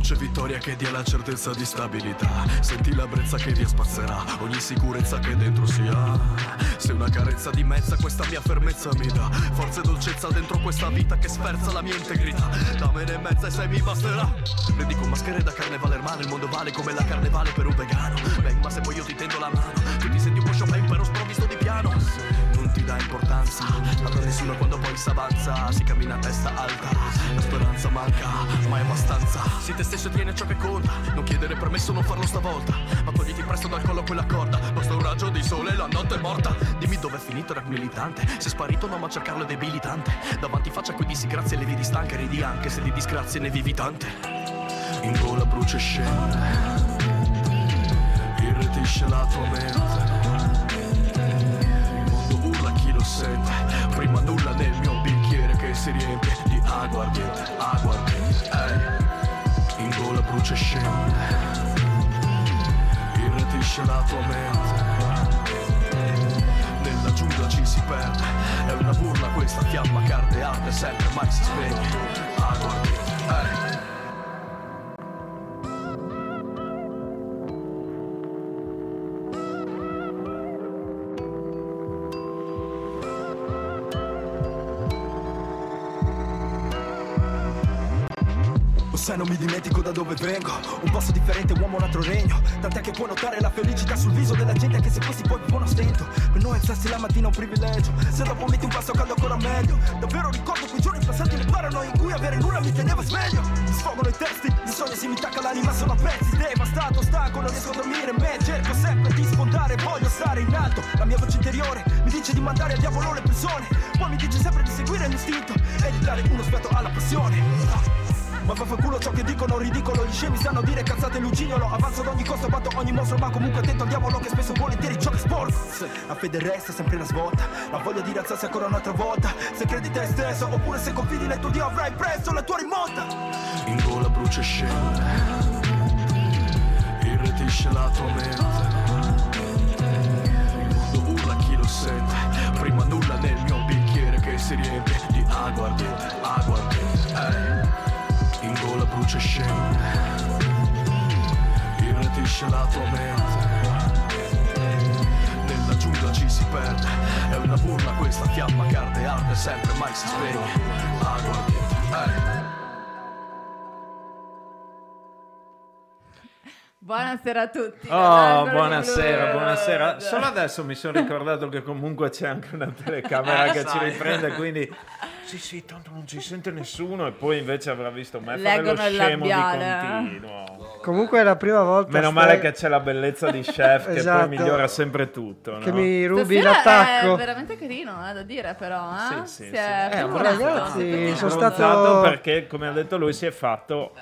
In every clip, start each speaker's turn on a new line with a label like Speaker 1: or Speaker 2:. Speaker 1: c'è vittoria che dia la certezza di stabilità Senti la brezza che ti spazzerà Ogni sicurezza che dentro si ha Sei una carezza dimezza questa mia fermezza mi dà Forza e dolcezza dentro questa vita che sferza la mia integrità Dammene mezza e se mi basterà Ne dico maschere da carnevale hermano Il mondo vale come la carnevale per un vegano Beh ma se poi io ti tendo la mano Tu ti senti un po' Chopin però sprovvisto di piano Non ti dà importanza La prende solo quando poi s'avanza Si cammina a testa alta La speranza manca ma è abbastanza Si te stesso tiene ciò che conta Non chiedere permesso non farlo stavolta Ma togliti presto dal collo quella corda Basta un raggio di sole e la notte è morta Dimmi dove è finito era militante Se è sparito no ma cercarlo è debilitante Davanti faccia qui dissi grazie e levi di stanca Ridi anche se di disgrazie ne vivi tante in gola brucia e scende Irretisce la tua mente Il mondo urla chi lo sente Prima nulla nel mio bicchiere che si riempie Di acqua ardente, acqua ardente ehi. eh. In gola brucia e scende Irretisce la tua mente Nella giungla ci si perde È una burla questa fiamma carde arde sempre mai si spegne eh. Acqua ardente ehi.
Speaker 2: Lo sai non mi dimentico da dove vengo Un posto differente, uomo, un altro regno Tant'è che puoi notare la felicità sul viso della gente Che se fossi poi vivono a stento Per noi alzarsi la mattina è un privilegio Se dopo metti un passo caldo ancora meglio Davvero ricordo quei giorni passati le paranoie In cui avere nulla mi teneva sveglio Sfogano i testi, di sogni si mi tacca l'anima Sono a pezzi, devastato, stanco, non riesco a dormire Me cerco sempre di sfondare, voglio stare in alto La mia voce interiore mi dice di mandare a diavolo le persone Poi mi dice sempre di seguire l'istinto E di dare uno sguardo alla passione Ah. Ma vaffanculo ciò che dicono ridicolo Gli scemi sanno dire cazzate lucignolo Avanzo ad ogni costo, batto ogni mostro Ma comunque attento al diavolo che spesso volentieri ciò che sporco La fede resta sempre la svolta La voglia di alzarsi ancora un'altra volta Se credi te stesso oppure se confidi nel tuo Dio Avrai presto la tua rimonta
Speaker 1: In gola brucia e scende Irretisce la tua mente Il mondo urla chi lo sente Prima nulla nel mio bicchiere che si riempie Di acqua ardente, acqua ardente ehi. In gola brucia e scende Irretisce la tua mente Nella giungla ci si perde È una burla questa fiamma carde arde sempre mai si spegne Acqua ardente, ehi.
Speaker 3: Buonasera a tutti.
Speaker 4: Oh,
Speaker 3: dall'angolo
Speaker 4: buonasera,
Speaker 3: blu.
Speaker 4: buonasera. Solo adesso mi sono ricordato che comunque c'è anche una telecamera
Speaker 5: Eh,
Speaker 4: che ci
Speaker 5: sai.
Speaker 4: riprende, quindi sì, sì, tanto non ci sente nessuno e poi invece avrà visto me fare lo
Speaker 3: Leggono il
Speaker 4: scemo di
Speaker 3: labiale, eh.
Speaker 4: continuo.
Speaker 6: Comunque è la prima volta
Speaker 4: Meno
Speaker 6: stai-
Speaker 4: male che c'è la bellezza di chef che
Speaker 6: Esatto.
Speaker 4: poi migliora sempre tutto,
Speaker 6: che
Speaker 4: no?
Speaker 6: mi rubi
Speaker 3: Stasera È
Speaker 6: l'attacco.
Speaker 3: veramente carino, eh, da dire però. Eh?
Speaker 4: Sì, sì,
Speaker 3: Si
Speaker 4: sì.
Speaker 3: è
Speaker 4: Eh,
Speaker 3: pettinato,
Speaker 6: ragazzi,
Speaker 3: si è pettinato.
Speaker 6: sono
Speaker 4: Bronzato
Speaker 6: stato-
Speaker 4: perché come ha detto lui si è fatto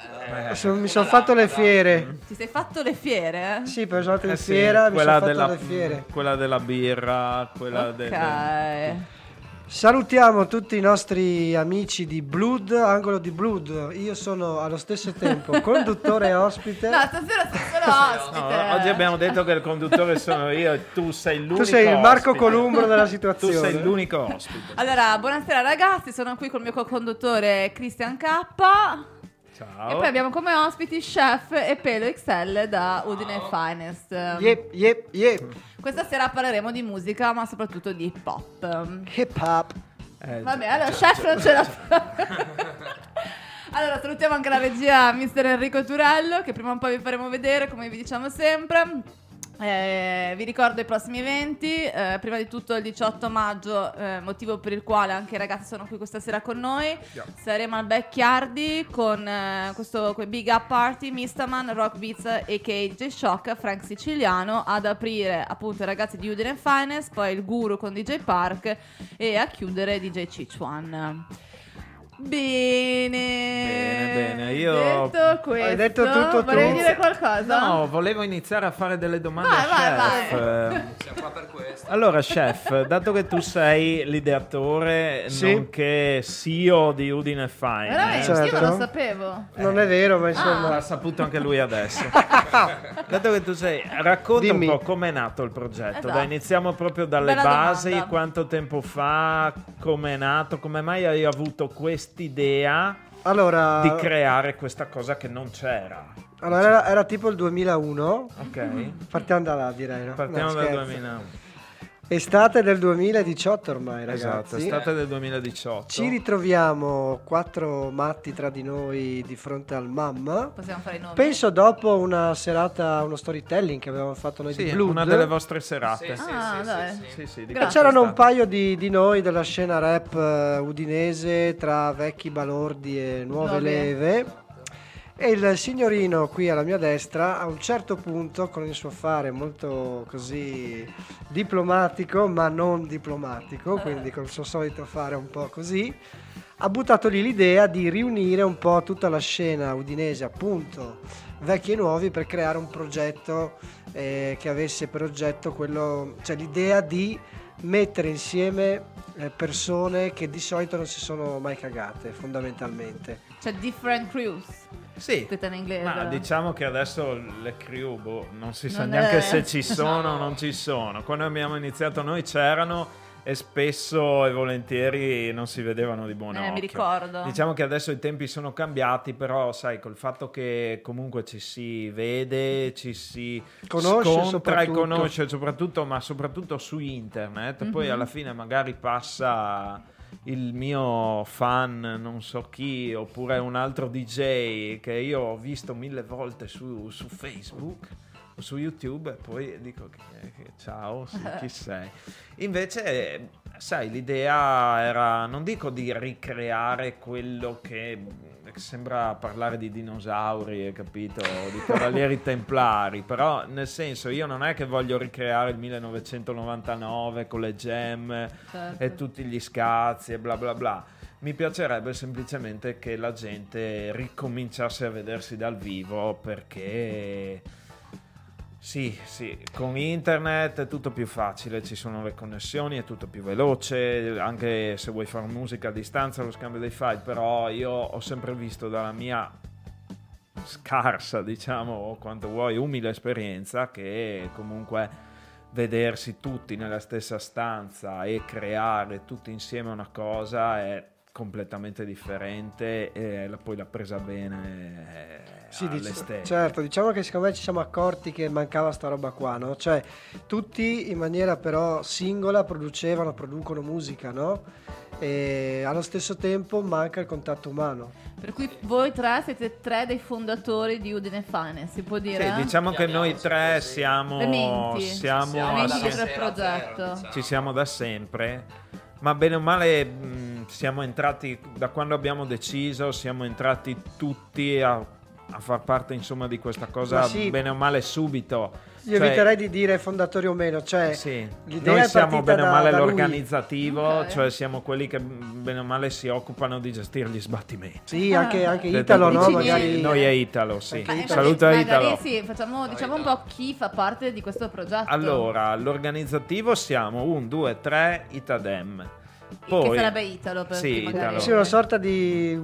Speaker 4: eh,
Speaker 6: Sono- mi sono fatto le fiere.
Speaker 3: Ti sei fatto le fiere?
Speaker 6: Sì, perché sono andato in
Speaker 4: eh sì,
Speaker 6: fiera, mi sono
Speaker 4: quella
Speaker 6: fatto
Speaker 4: della
Speaker 6: le fiere.
Speaker 4: quella della birra, quella
Speaker 3: Ok.
Speaker 4: del
Speaker 6: Salutiamo tutti i nostri amici di Blood, angolo di Blood. Io sono allo stesso tempo conduttore e ospite.
Speaker 3: No, stasera sei solo ospite.
Speaker 4: No, oggi abbiamo detto che il conduttore sono io e tu sei l'unico
Speaker 6: tu sei il Marco
Speaker 4: ospite.
Speaker 6: Columbro della
Speaker 4: Tu
Speaker 6: situazione.
Speaker 4: sei l'unico ospite.
Speaker 3: Allora, buonasera ragazzi, sono qui col mio co-conduttore Christian K.
Speaker 4: Ciao.
Speaker 3: E poi abbiamo come ospiti Chef e Pelo XL da Udine Finest.
Speaker 6: Yep, yep, yep.
Speaker 3: Questa sera parleremo di musica, ma soprattutto di hip hop.
Speaker 6: Hip hop.
Speaker 4: Eh,
Speaker 3: Vabbè, allora chef non ce la fa. Allora, salutiamo anche la regia Mister Enrico Turello, che prima o poi vi faremo vedere, come vi diciamo sempre. Eh, vi ricordo i prossimi eventi, eh, prima di tutto il 18 maggio, eh, motivo per il quale anche i ragazzi sono qui questa sera con noi. Saremo al Becchiardi con eh, questo que- Big Up Party, Mistaman, Rock Beats e KJ Shock, Frank Siciliano ad aprire appunto i ragazzi di Udine Finance, poi il Guru con DJ Park e a chiudere DJ Cichuan. Bene,
Speaker 4: Bene, bene, io-
Speaker 3: detto questo,
Speaker 6: Hai detto tutto tu.
Speaker 3: volevi dire qualcosa?
Speaker 4: No, volevo iniziare a fare delle domande
Speaker 3: Vai,
Speaker 4: a
Speaker 3: vai,
Speaker 4: chef. Eh,
Speaker 5: Siamo qua per questo.
Speaker 4: Allora, chef, dato che tu sei l'ideatore
Speaker 6: Sì.
Speaker 4: nonché CEO di Udine eh,
Speaker 3: veramente,
Speaker 4: Finance,
Speaker 6: Certo.
Speaker 3: io non lo sapevo.
Speaker 6: Non è vero, ma insomma.
Speaker 4: Ah, l'ha saputo anche lui adesso. dato che tu sei, racconta
Speaker 6: Dimmi.
Speaker 4: un po' com'è nato il progetto.
Speaker 3: Esatto.
Speaker 4: Dai, iniziamo proprio dalle
Speaker 3: Bella
Speaker 4: basi,
Speaker 3: domanda.
Speaker 4: quanto tempo fa, com'è nato, come mai hai avuto quest'idea
Speaker 6: Allora,
Speaker 4: di creare questa cosa che non c'era.
Speaker 6: allora era, era tipo il 2001.
Speaker 4: Ok?
Speaker 6: Partiamo da là, direi. No?
Speaker 4: Partiamo
Speaker 6: No,
Speaker 4: dal
Speaker 6: scherzo.
Speaker 4: 2001.
Speaker 6: Estate del 2018 ormai,
Speaker 4: Esatto,
Speaker 6: ragazzi.
Speaker 4: è stata del 2018.
Speaker 6: Ci ritroviamo quattro matti tra di noi di fronte al mamma.
Speaker 3: Possiamo fare i nomi.
Speaker 6: Penso dopo una serata, uno storytelling che avevamo fatto noi
Speaker 4: Sì,
Speaker 6: di Blood.
Speaker 4: una delle vostre serate.
Speaker 7: Sì,
Speaker 3: ah,
Speaker 7: sì,
Speaker 3: dai.
Speaker 7: sì, sì.
Speaker 4: Sì, sì, di
Speaker 3: Grazie.
Speaker 6: C'erano un
Speaker 4: questa-
Speaker 6: paio di, di noi della scena rap eh, udinese tra vecchi balordi e nuove
Speaker 3: Nuove.
Speaker 6: leve. E il signorino qui alla mia destra a un certo punto con il suo fare molto così diplomatico ma non diplomatico, quindi col suo solito fare un po' così, ha buttato lì l'idea di riunire un po' tutta la scena udinese appunto vecchi e nuovi per creare un progetto eh, che avesse per oggetto quello, cioè l'idea di mettere insieme eh, persone che di solito non si sono mai cagate fondamentalmente.
Speaker 3: Cioè, different crews.
Speaker 4: Sì.
Speaker 3: Detta in inglese.
Speaker 4: Ma diciamo che adesso le crew, boh, non si sa
Speaker 3: Esatto. Non
Speaker 4: neanche
Speaker 3: è-
Speaker 4: se ci sono o non ci sono. Quando abbiamo iniziato noi c'erano e spesso e volentieri non si vedevano di buon
Speaker 3: Eh, mi
Speaker 4: occhio.
Speaker 3: ricordo.
Speaker 4: Diciamo che adesso i tempi sono cambiati, però sai, col fatto che comunque ci si vede, ci si
Speaker 6: Conosce
Speaker 4: scontra e
Speaker 6: soprattutto.
Speaker 4: conosce soprattutto, ma soprattutto su internet, poi alla fine magari passa il mio fan, non so chi, oppure un altro DJ che io ho visto mille volte su, su Facebook o su YouTube e poi dico che, che ciao, sì, chi sei? Invece, sai, l'idea era, non dico di ricreare quello che mh, sembra parlare di dinosauri, hai capito, o di cavalieri templari, però nel senso io non è che voglio ricreare il 1999 con le gemme
Speaker 3: Certo.
Speaker 4: e tutti gli scazzi e bla bla bla. Mi piacerebbe semplicemente che la gente ricominciasse a vedersi dal vivo perché sì, sì, con internet è tutto più facile, ci sono le connessioni, è tutto più veloce, anche se vuoi fare musica a distanza, lo scambio dei file, però io ho sempre visto dalla mia scarsa, diciamo, o quanto vuoi, umile esperienza che comunque vedersi tutti nella stessa stanza e creare tutti insieme una cosa è completamente differente e la- poi l'ha presa bene eh,
Speaker 6: Sì,
Speaker 4: alle
Speaker 6: dic-
Speaker 4: stelle.
Speaker 6: certo, diciamo che secondo me ci siamo accorti che mancava sta roba qua, no? Cioè, tutti in maniera però singola producevano, producono musica, no? E allo stesso tempo manca il contatto umano.
Speaker 3: Per cui voi tre siete tre dei fondatori di Udine Fane, si può dire?
Speaker 4: Sì, diciamo che noi
Speaker 7: Chiamiamoci
Speaker 4: tre
Speaker 7: così.
Speaker 4: siamo,
Speaker 3: Elementi.
Speaker 4: siamo
Speaker 3: Siamo
Speaker 7: dalla
Speaker 3: amici del
Speaker 7: sera
Speaker 3: progetto.
Speaker 7: zero, diciamo.
Speaker 4: ci siamo da sempre, ma bene o male mh, siamo entrati, da quando abbiamo deciso, siamo entrati tutti a, a far parte insomma di questa cosa
Speaker 6: Ma sì.
Speaker 4: bene o male subito.
Speaker 6: Io
Speaker 4: Cioè,
Speaker 6: eviterei di dire fondatori o meno, cioè
Speaker 4: Sì,
Speaker 6: l'idea
Speaker 4: noi
Speaker 6: è
Speaker 4: siamo
Speaker 6: partita
Speaker 4: bene o
Speaker 6: da-
Speaker 4: male
Speaker 6: da lui.
Speaker 4: l'organizzativo,
Speaker 3: Ok.
Speaker 4: cioè siamo quelli che mh, bene o male si occupano di gestire gli sbattimenti.
Speaker 6: Sì, anche, anche
Speaker 4: Detto
Speaker 6: Italo, no?
Speaker 4: così,
Speaker 3: Dici
Speaker 6: Magari...
Speaker 3: niente.
Speaker 4: Noi è Italo, sì.
Speaker 6: Anche
Speaker 3: Ma
Speaker 6: Italo.
Speaker 4: Saluta
Speaker 3: infatti, magari
Speaker 4: Italo.
Speaker 3: sì, facciamo, diciamo un po' chi fa parte di questo progetto.
Speaker 4: Allora, l'organizzativo siamo 1, 2, 3, Itadem.
Speaker 3: che sarebbe Italo per
Speaker 4: Sì,
Speaker 3: chi magari-
Speaker 4: Italo.
Speaker 6: Eh, Sì, una sorta di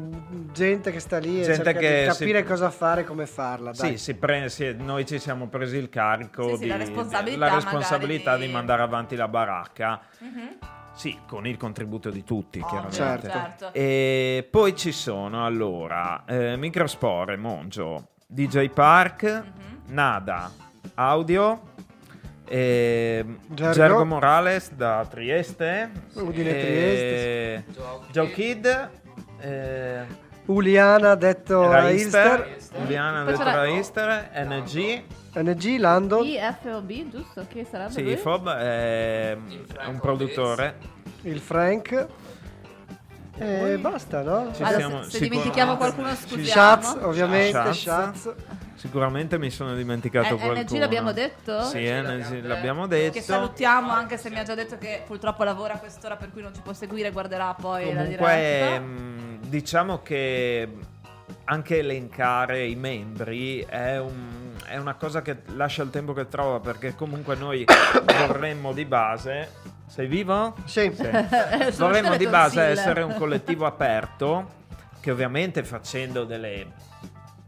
Speaker 6: gente che sta lì e
Speaker 4: Gente
Speaker 6: cerca
Speaker 4: che
Speaker 6: di
Speaker 4: si-
Speaker 6: capire cosa fare e come farla. Dai.
Speaker 4: Sì, si pre- si- noi ci siamo presi il carico
Speaker 3: Sì, sì,
Speaker 4: di,
Speaker 3: la responsabilità
Speaker 4: la responsabilità
Speaker 3: magari
Speaker 4: di
Speaker 3: di-
Speaker 4: mandare avanti la baracca.
Speaker 3: Mhm.
Speaker 4: Sì, con il contributo di tutti,
Speaker 3: Ovvio,
Speaker 4: chiaramente.
Speaker 3: certo.
Speaker 4: E poi ci sono allora eh, Microspore, Mongio, DJ Park,
Speaker 3: Mhm.
Speaker 4: Nada, Audio, eh,
Speaker 6: Gergo.
Speaker 4: Gergo. Morales da Trieste,
Speaker 6: Udine
Speaker 4: eh,
Speaker 6: Trieste,
Speaker 4: Joe Kid, eh,
Speaker 6: Uliana, detto
Speaker 4: Raister,
Speaker 6: Raister,
Speaker 4: Giuliana
Speaker 3: Poi
Speaker 4: detto
Speaker 3: c'era-
Speaker 4: Raister, NG,
Speaker 6: NG, Lando,
Speaker 3: IFOB, giusto? Che sarebbe
Speaker 4: sì,
Speaker 3: lui?
Speaker 4: Fob, ehm, è un produttore.
Speaker 6: il Frank. E basta, no?
Speaker 4: Ci
Speaker 3: Allora, se-
Speaker 4: siamo
Speaker 3: se,
Speaker 4: sicuramente-
Speaker 3: dimentichiamo qualcuno, scusiamo.
Speaker 6: Shaz, ovviamente,
Speaker 4: Shaz.
Speaker 6: Shaz.
Speaker 4: Sicuramente mi sono dimenticato
Speaker 3: Eh, NG
Speaker 4: qualcuno.
Speaker 3: l'abbiamo detto?
Speaker 4: Sì,
Speaker 7: NG
Speaker 4: NG l'abbiamo
Speaker 7: l'abbiamo
Speaker 4: detto.
Speaker 3: Che salutiamo, anche se mi ha già detto che purtroppo lavora a quest'ora, per cui non ci può seguire, guarderà poi la
Speaker 4: Comunque,
Speaker 3: diretta.
Speaker 4: mh, diciamo che anche elencare i membri è, un- è una cosa che lascia il tempo che trova perché comunque noi vorremmo di base... Sei vivo?
Speaker 6: Sì.
Speaker 3: Eh, sono tutte
Speaker 4: Vorremmo
Speaker 3: le
Speaker 4: di base
Speaker 3: tonsille.
Speaker 4: essere un collettivo aperto che ovviamente facendo delle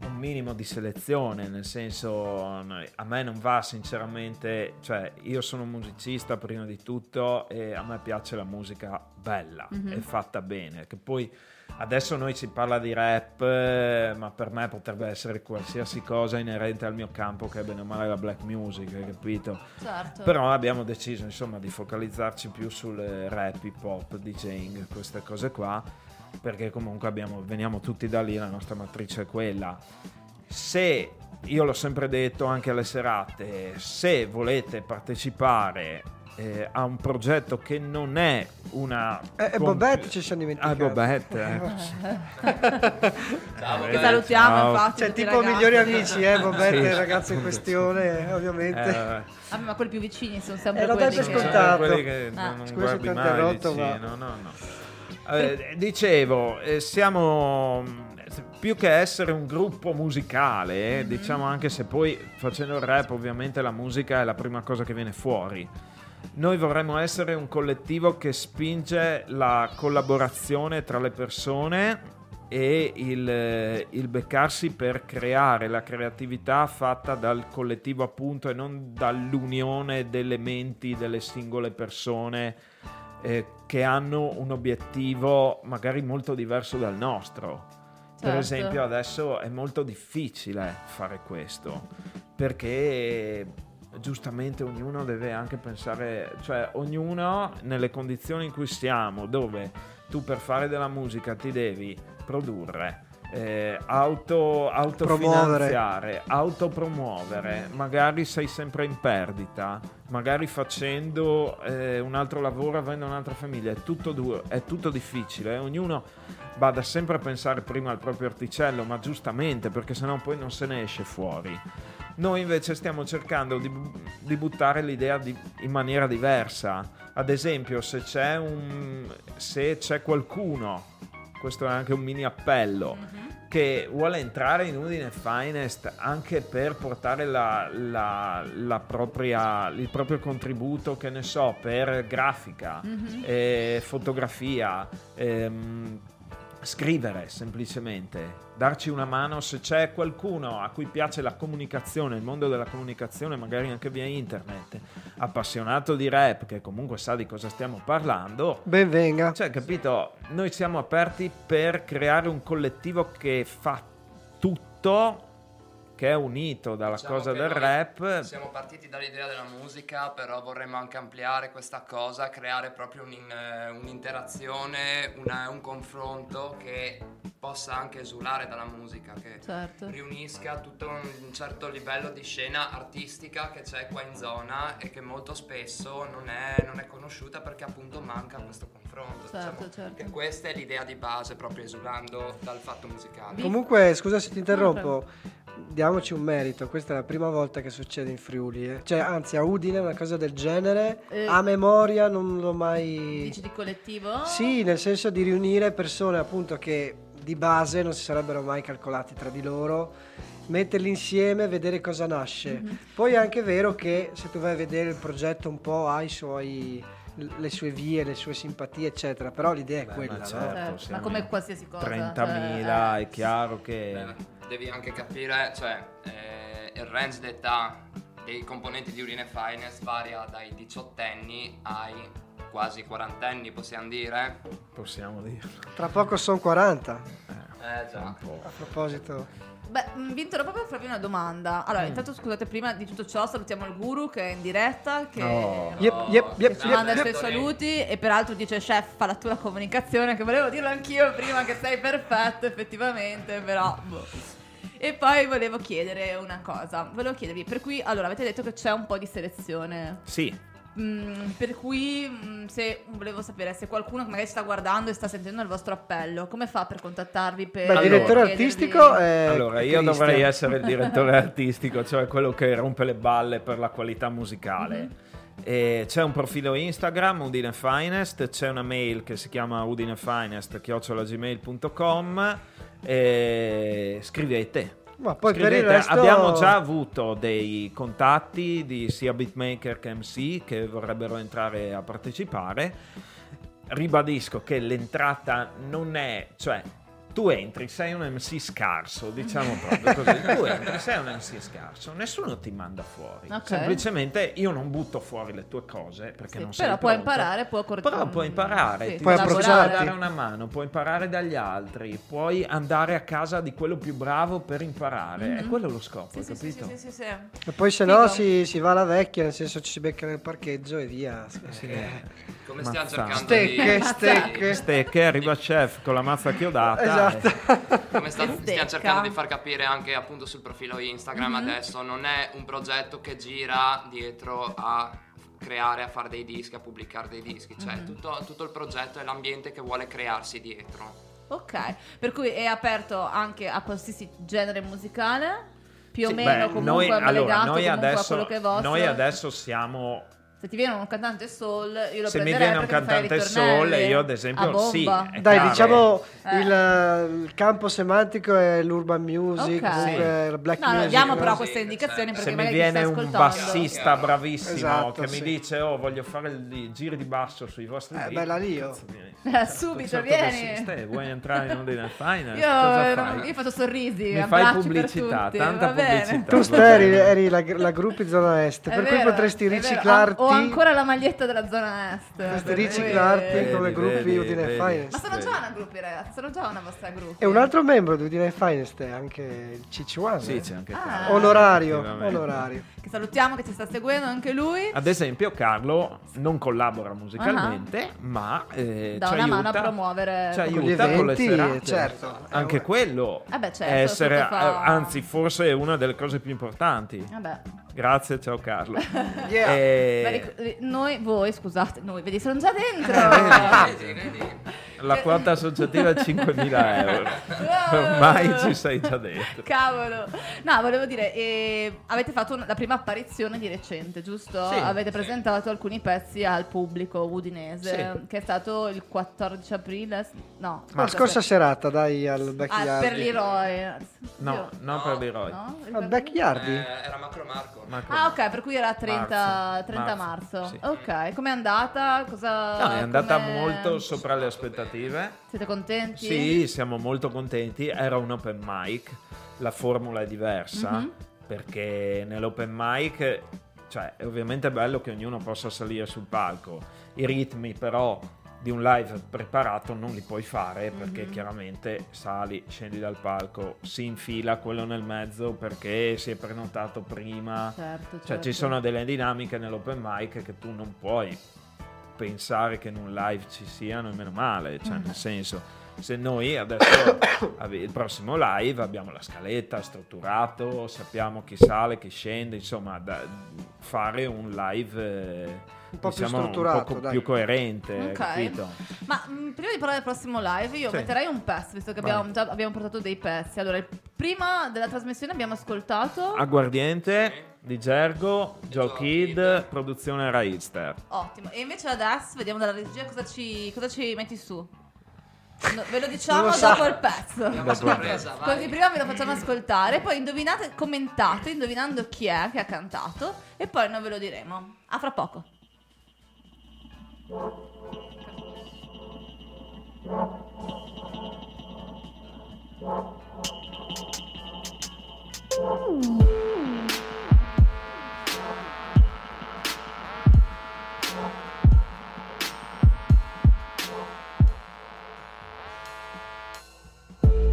Speaker 4: un minimo di selezione, nel senso no, a me non va sinceramente, cioè io sono un musicista prima di tutto e a me piace la musica bella
Speaker 3: Mhm.
Speaker 4: e fatta bene, che poi adesso noi si parla di rap, eh, ma per me potrebbe essere qualsiasi cosa inerente al mio campo che è bene o male la black music, hai capito?
Speaker 6: Esatto.
Speaker 3: Certo.
Speaker 4: Però abbiamo deciso insomma di focalizzarci più sul rap, hip hop, DJing, queste cose qua, perché comunque abbiamo- veniamo tutti da lì, la nostra matrice è quella. Se io l'ho sempre detto anche alle serate, se volete partecipare eh, a un progetto che non è una...
Speaker 6: E e
Speaker 4: comp-
Speaker 6: Eh, Bobette ci siamo
Speaker 4: Ah,
Speaker 6: dimenticati.
Speaker 4: Bobette. eh.
Speaker 7: Ciao,
Speaker 4: Eh,
Speaker 3: Che
Speaker 7: Bobette.
Speaker 3: salutiamo,
Speaker 4: ciao.
Speaker 3: infatti.
Speaker 6: Cioè,
Speaker 3: tutti i
Speaker 6: tipo
Speaker 3: ragazzi.
Speaker 6: migliori amici, eh, Bobette,
Speaker 4: Sì.
Speaker 6: il ragazzo in questione, eh, ovviamente.
Speaker 4: Eh,
Speaker 3: Ah, ma quelli più vicini sono sempre
Speaker 6: Eh, l'ho
Speaker 3: quelli
Speaker 6: dato
Speaker 3: che...
Speaker 6: per scontato.
Speaker 4: quelli che
Speaker 3: Ah.
Speaker 6: Scusa
Speaker 4: non
Speaker 6: se
Speaker 4: guardi
Speaker 6: t'ho
Speaker 4: mai,
Speaker 6: interrotto,
Speaker 4: dici,
Speaker 6: ma-
Speaker 4: no, no, no. Eh, dicevo, eh, siamo mm, più che essere un gruppo musicale, eh, diciamo anche se poi facendo il rap ovviamente la musica è la prima cosa che viene fuori. Noi vorremmo essere un collettivo che spinge la collaborazione tra le persone e il, eh, il beccarsi per creare la creatività fatta dal collettivo appunto e non dall'unione delle menti delle singole persone eh, che hanno un obiettivo magari molto diverso dal nostro. Per
Speaker 3: Certo.
Speaker 4: esempio adesso è molto difficile fare questo perché giustamente ognuno deve anche pensare, cioè ognuno nelle condizioni in cui siamo, dove tu per fare della musica ti devi produrre, eh, auto, autofinanziare, autopromuovere, magari sei sempre in perdita, magari facendo eh, un altro lavoro, avendo un'altra famiglia, è tutto duro, è tutto difficile, eh, ognuno vada sempre a pensare prima al proprio articello, ma giustamente perché sennò poi non se ne esce fuori. Noi invece stiamo cercando di, di buttare l'idea di- in maniera diversa. Ad esempio, se c'è, un, se c'è qualcuno, questo è anche un mini appello, che vuole entrare in Udine Finest anche per portare la- la- la propria- il proprio contributo, che ne so, per grafica,
Speaker 3: Mhm.
Speaker 4: eh, fotografia, ehm, scrivere semplicemente, darci una mano se c'è qualcuno a cui piace la comunicazione, il mondo della comunicazione, magari anche via internet, appassionato di rap che comunque sa di cosa stiamo parlando.
Speaker 6: Ben venga.
Speaker 4: Cioè, capito, noi siamo aperti per creare un collettivo che fa tutto, che è unito dalla
Speaker 7: Diciamo
Speaker 4: cosa
Speaker 7: che
Speaker 4: del
Speaker 7: noi
Speaker 4: rap.
Speaker 7: Siamo partiti dall'idea della musica, però vorremmo anche ampliare questa cosa, creare proprio un- eh, un'interazione, una- un confronto che possa anche esulare dalla musica, che
Speaker 3: Certo.
Speaker 7: riunisca tutto un certo livello di scena artistica che c'è qua in zona e che molto spesso non è, non è conosciuta perché appunto manca questo confronto.
Speaker 3: Certo,
Speaker 7: diciamo.
Speaker 3: certo.
Speaker 7: Che questa è l'idea di base, proprio esulando dal fatto musicale.
Speaker 3: Vi-
Speaker 6: Comunque, scusa se ti interrompo, diamoci un merito. Questa è la prima volta che succede in Friuli. eh. Cioè, anzi, a Udine una cosa del genere.
Speaker 3: Eh.
Speaker 6: A memoria non l'ho mai.
Speaker 3: Dici di collettivo?
Speaker 6: Sì, nel senso di riunire persone appunto che di base non si sarebbero mai calcolati tra di loro, metterli insieme, vedere cosa nasce.
Speaker 3: Mm-hmm.
Speaker 6: Poi è anche vero che se tu vai a vedere il progetto un po' ha i suoi le sue vie, le sue simpatie, eccetera, però l'idea è
Speaker 4: Beh,
Speaker 6: quella,
Speaker 4: ma
Speaker 6: no?
Speaker 4: certo.
Speaker 3: Certo, ma
Speaker 4: siamo
Speaker 3: come qualsiasi cosa.
Speaker 4: 30.000,
Speaker 3: eh,
Speaker 4: è chiaro che...
Speaker 7: Beh, devi anche capire, cioè, eh, il range d'età dei componenti di Urine Finance varia dai diciottenni ai quasi quarantenni, possiamo dire.
Speaker 4: Possiamo dirlo.
Speaker 6: Tra poco sono 40.
Speaker 7: Eh già.
Speaker 6: A proposito,
Speaker 3: cioè, Beh, mh, vi interrompo per farvi una domanda.
Speaker 6: Mm.
Speaker 3: Allora, intanto scusate, prima di tutto ciò salutiamo il guru che è in diretta, che
Speaker 4: Oh.
Speaker 6: Yep, yep, yep,
Speaker 3: ci
Speaker 6: yep.
Speaker 3: manda i suoi saluti e peraltro dice chef fa la tua comunicazione, che volevo dirlo anch'io prima che sei perfetto effettivamente, però... boh. E poi volevo chiedere una cosa, volevo chiedervi, per cui allora avete detto che c'è un po' di selezione,
Speaker 4: Sì,
Speaker 3: Mm, per cui mm, se volevo sapere se qualcuno che magari sta guardando e sta sentendo il vostro appello, come fa per contattarvi? Per
Speaker 6: beh,
Speaker 4: Allora.
Speaker 6: direttore
Speaker 3: chiedervi-
Speaker 6: artistico è
Speaker 4: allora
Speaker 6: è
Speaker 4: io
Speaker 6: Christian.
Speaker 4: dovrei essere il direttore artistico, cioè quello che rompe le balle per la qualità musicale.
Speaker 6: Mhm.
Speaker 4: E c'è un profilo Instagram, Udine Finest, c'è una mail che si chiama udinefinest.gmail.com e scrivete.
Speaker 6: Ma poi per il
Speaker 4: Scrivete,
Speaker 6: resto
Speaker 4: abbiamo già avuto dei contatti di sia beatmaker che MC che vorrebbero entrare a partecipare. Ribadisco che l'entrata non è, cioè Tu entri, sei un MC scarso, diciamo proprio così. Tu entri, sei un MC scarso, nessuno ti manda fuori.
Speaker 3: Ok.
Speaker 4: Semplicemente io non butto fuori le tue cose perché
Speaker 3: Sì,
Speaker 4: non sei
Speaker 3: però puoi
Speaker 4: pronto.
Speaker 3: imparare, puoi cor-
Speaker 4: Però puoi imparare,
Speaker 3: Mm, sì,
Speaker 4: ti
Speaker 6: Puoi
Speaker 4: puoi
Speaker 6: approcciarti.
Speaker 4: dare una mano, puoi imparare dagli altri, puoi andare a casa di quello più bravo per imparare. È quello lo scopo,
Speaker 3: Mm. Sì,
Speaker 4: hai
Speaker 3: sì, sì,
Speaker 4: capito?
Speaker 3: sì, sì, sì.
Speaker 6: E poi se no
Speaker 3: Figo.
Speaker 6: si, si va alla vecchia, nel senso ci si becca nel parcheggio e via. Eh,
Speaker 7: Come stiamo cercando
Speaker 6: Stecche,
Speaker 7: di...
Speaker 6: stecche.
Speaker 4: Stecche, arriva il chef con la mazza chiodata. Eh,
Speaker 6: Esatto.
Speaker 4: e-
Speaker 7: Come sta- stiamo
Speaker 3: Stecca. Mhm.
Speaker 7: cercando di far capire anche appunto sul profilo Instagram adesso, non è un progetto che gira dietro a creare, a fare dei dischi, a pubblicare dei dischi, cioè
Speaker 3: Mhm.
Speaker 7: tutto, tutto il progetto è l'ambiente che vuole crearsi dietro.
Speaker 3: Ok, per cui è aperto anche a qualsiasi genere musicale, più o
Speaker 7: Sì.
Speaker 3: meno
Speaker 4: Beh,
Speaker 3: comunque
Speaker 4: noi,
Speaker 3: legato
Speaker 4: allora, noi
Speaker 3: comunque a
Speaker 4: adesso,
Speaker 3: quello che è vostro.
Speaker 4: noi adesso siamo
Speaker 3: Se ti viene un cantante soul, io lo
Speaker 4: se mi
Speaker 3: prenderei
Speaker 4: viene un
Speaker 3: perché mi fai i
Speaker 4: cantante
Speaker 3: ritornelli
Speaker 4: soul io ad
Speaker 3: a
Speaker 4: esempio
Speaker 3: bomba.
Speaker 4: sì è
Speaker 6: Dai,
Speaker 4: chiaro.
Speaker 6: diciamo
Speaker 3: Eh.
Speaker 6: il, il campo semantico è l'urban music,
Speaker 3: Ok.
Speaker 6: comunque
Speaker 4: Sì.
Speaker 6: la black
Speaker 3: No, no,
Speaker 6: music.
Speaker 3: diamo
Speaker 6: no?
Speaker 3: però
Speaker 7: Sì,
Speaker 3: queste
Speaker 7: sì,
Speaker 3: indicazioni
Speaker 7: certo.
Speaker 3: perché
Speaker 4: se mi
Speaker 3: magari chi sta
Speaker 4: viene un
Speaker 3: ascoltando-
Speaker 4: bassista bravissimo
Speaker 6: Esatto,
Speaker 4: che
Speaker 6: sì.
Speaker 4: mi dice oh voglio fare i giri di basso sui vostri
Speaker 6: Eh,
Speaker 4: beat",
Speaker 6: bella lì, oh.
Speaker 4: cazzo, vieni.
Speaker 3: Subito,
Speaker 4: Certo,
Speaker 3: vieni.
Speaker 4: adesso stai, vuoi entrare in un diner final
Speaker 3: Io,
Speaker 4: cosa fai?
Speaker 3: io faccio sorrisi,
Speaker 4: mi fai
Speaker 3: abbracci
Speaker 4: pubblicità
Speaker 3: per tutti,
Speaker 4: tanta
Speaker 3: va bene.
Speaker 4: pubblicità
Speaker 6: Tu
Speaker 4: va
Speaker 6: stai, eri,
Speaker 4: bene.
Speaker 6: eri la, la gruppi zona est,
Speaker 3: È
Speaker 6: per cui
Speaker 3: vero,
Speaker 6: potresti
Speaker 3: è vero.
Speaker 6: riciclarti.
Speaker 3: Ho, ho ancora la maglietta della zona est.
Speaker 6: Potresti
Speaker 3: per cui-
Speaker 6: riciclarti
Speaker 4: Vedi,
Speaker 6: come gruppi
Speaker 4: vedi,
Speaker 6: Udine
Speaker 4: vedi.
Speaker 3: Ma
Speaker 6: Finest.
Speaker 3: sono già una gruppi, ragazzi, sono già una vostra gruppi.
Speaker 6: E un altro membro di Udine Finest è anche il Cicciuano.
Speaker 4: sì c'è anche
Speaker 3: Ah.
Speaker 4: Carlo
Speaker 6: Onorario,
Speaker 4: effettivamente.
Speaker 6: onorario.
Speaker 3: Che salutiamo, che ci sta seguendo anche lui.
Speaker 4: Ad esempio, Carlo non collabora musicalmente, ma eh,
Speaker 3: Ah. Dà
Speaker 4: ci
Speaker 3: una
Speaker 4: aiuta,
Speaker 3: mano a promuovere
Speaker 4: ci
Speaker 3: proprio
Speaker 4: aiuta
Speaker 6: gli
Speaker 4: con le
Speaker 6: eventi,
Speaker 4: serate.
Speaker 6: certo.
Speaker 4: Anche
Speaker 6: Eh, beh.
Speaker 4: quello
Speaker 3: Eh beh, certo,
Speaker 4: è essere,
Speaker 3: tutto fa- Ah.
Speaker 4: eh, anzi, forse è una delle cose più importanti.
Speaker 3: Vabbè.
Speaker 4: Grazie, ciao Carlo.
Speaker 6: Yeah.
Speaker 4: Eh,
Speaker 3: Ma ric- noi, voi, scusate, noi, vedi, sono già dentro.
Speaker 4: Eh,
Speaker 7: Vedi, vedi?
Speaker 4: la quota associativa è 5.000 euro. Ormai ci sei già dentro.
Speaker 3: Cavolo. No, volevo dire, eh, avete fatto un- la prima apparizione di recente, giusto?
Speaker 4: Sì.
Speaker 3: avete presentato alcuni pezzi al pubblico udinese,
Speaker 4: Sì.
Speaker 3: che è stato il 14 aprile. No,
Speaker 6: La scorsa serata, dai, al
Speaker 3: Ah,
Speaker 6: backyard.
Speaker 3: per l'eroe.
Speaker 4: No, non per l'eroe.
Speaker 3: No?
Speaker 6: Al backyardi?
Speaker 7: Eh, era Macro Marco.
Speaker 4: Ma come?
Speaker 3: Ah, ok, per cui era 30
Speaker 4: Marzo.
Speaker 3: 30
Speaker 4: Marzo,
Speaker 3: marzo.
Speaker 4: sì.
Speaker 3: Ok, com'è andata? Cosa,
Speaker 4: No, è andata
Speaker 3: com'è-
Speaker 4: molto sopra le aspettative.
Speaker 3: Siete contenti?
Speaker 4: Sì, siamo molto contenti. Era un open mic, la formula è diversa
Speaker 3: Mhm.
Speaker 4: perché nell'open mic, cioè, è ovviamente bello che ognuno possa salire sul palco. I ritmi, però, di un live preparato non li puoi fare perché
Speaker 3: Mhm.
Speaker 4: chiaramente sali, scendi dal palco, si infila quello nel mezzo perché si è prenotato prima.
Speaker 3: Certo,
Speaker 4: Cioè,
Speaker 3: certo.
Speaker 4: ci sono delle dinamiche nell'open mic che tu non puoi pensare che in un live ci siano, e meno male, cioè, nel senso. Se noi adesso ave- il prossimo live abbiamo la scaletta strutturato, sappiamo chi sale, chi scende, insomma, da- fare un live eh,
Speaker 6: Un po' più
Speaker 4: diciamo,
Speaker 6: strutturato,
Speaker 4: un po' co-
Speaker 6: dai.
Speaker 4: più coerente,
Speaker 3: Ok.
Speaker 4: capito?
Speaker 3: Ma mh, prima di parlare del prossimo live, io
Speaker 4: Sì.
Speaker 3: metterei un pezzo, visto che
Speaker 4: Vai.
Speaker 3: abbiamo, già, abbiamo portato dei pezzi. Allora, il- prima della trasmissione abbiamo ascoltato.
Speaker 4: Aguardiente di Gergo, Joe
Speaker 7: Joe
Speaker 4: Kid,
Speaker 7: Kid.
Speaker 4: produzione Raidster.
Speaker 3: Ottimo. E invece adesso vediamo dalla regia cosa ci, cosa ci metti su. No, ve lo diciamo
Speaker 6: Non lo so.
Speaker 3: dopo il pezzo.
Speaker 7: Abbiamo sorpresa, vai.
Speaker 3: Così prima ve lo facciamo ascoltare, poi indovinate, commentate, indovinando chi è che ha cantato e poi noi ve lo diremo. A fra poco.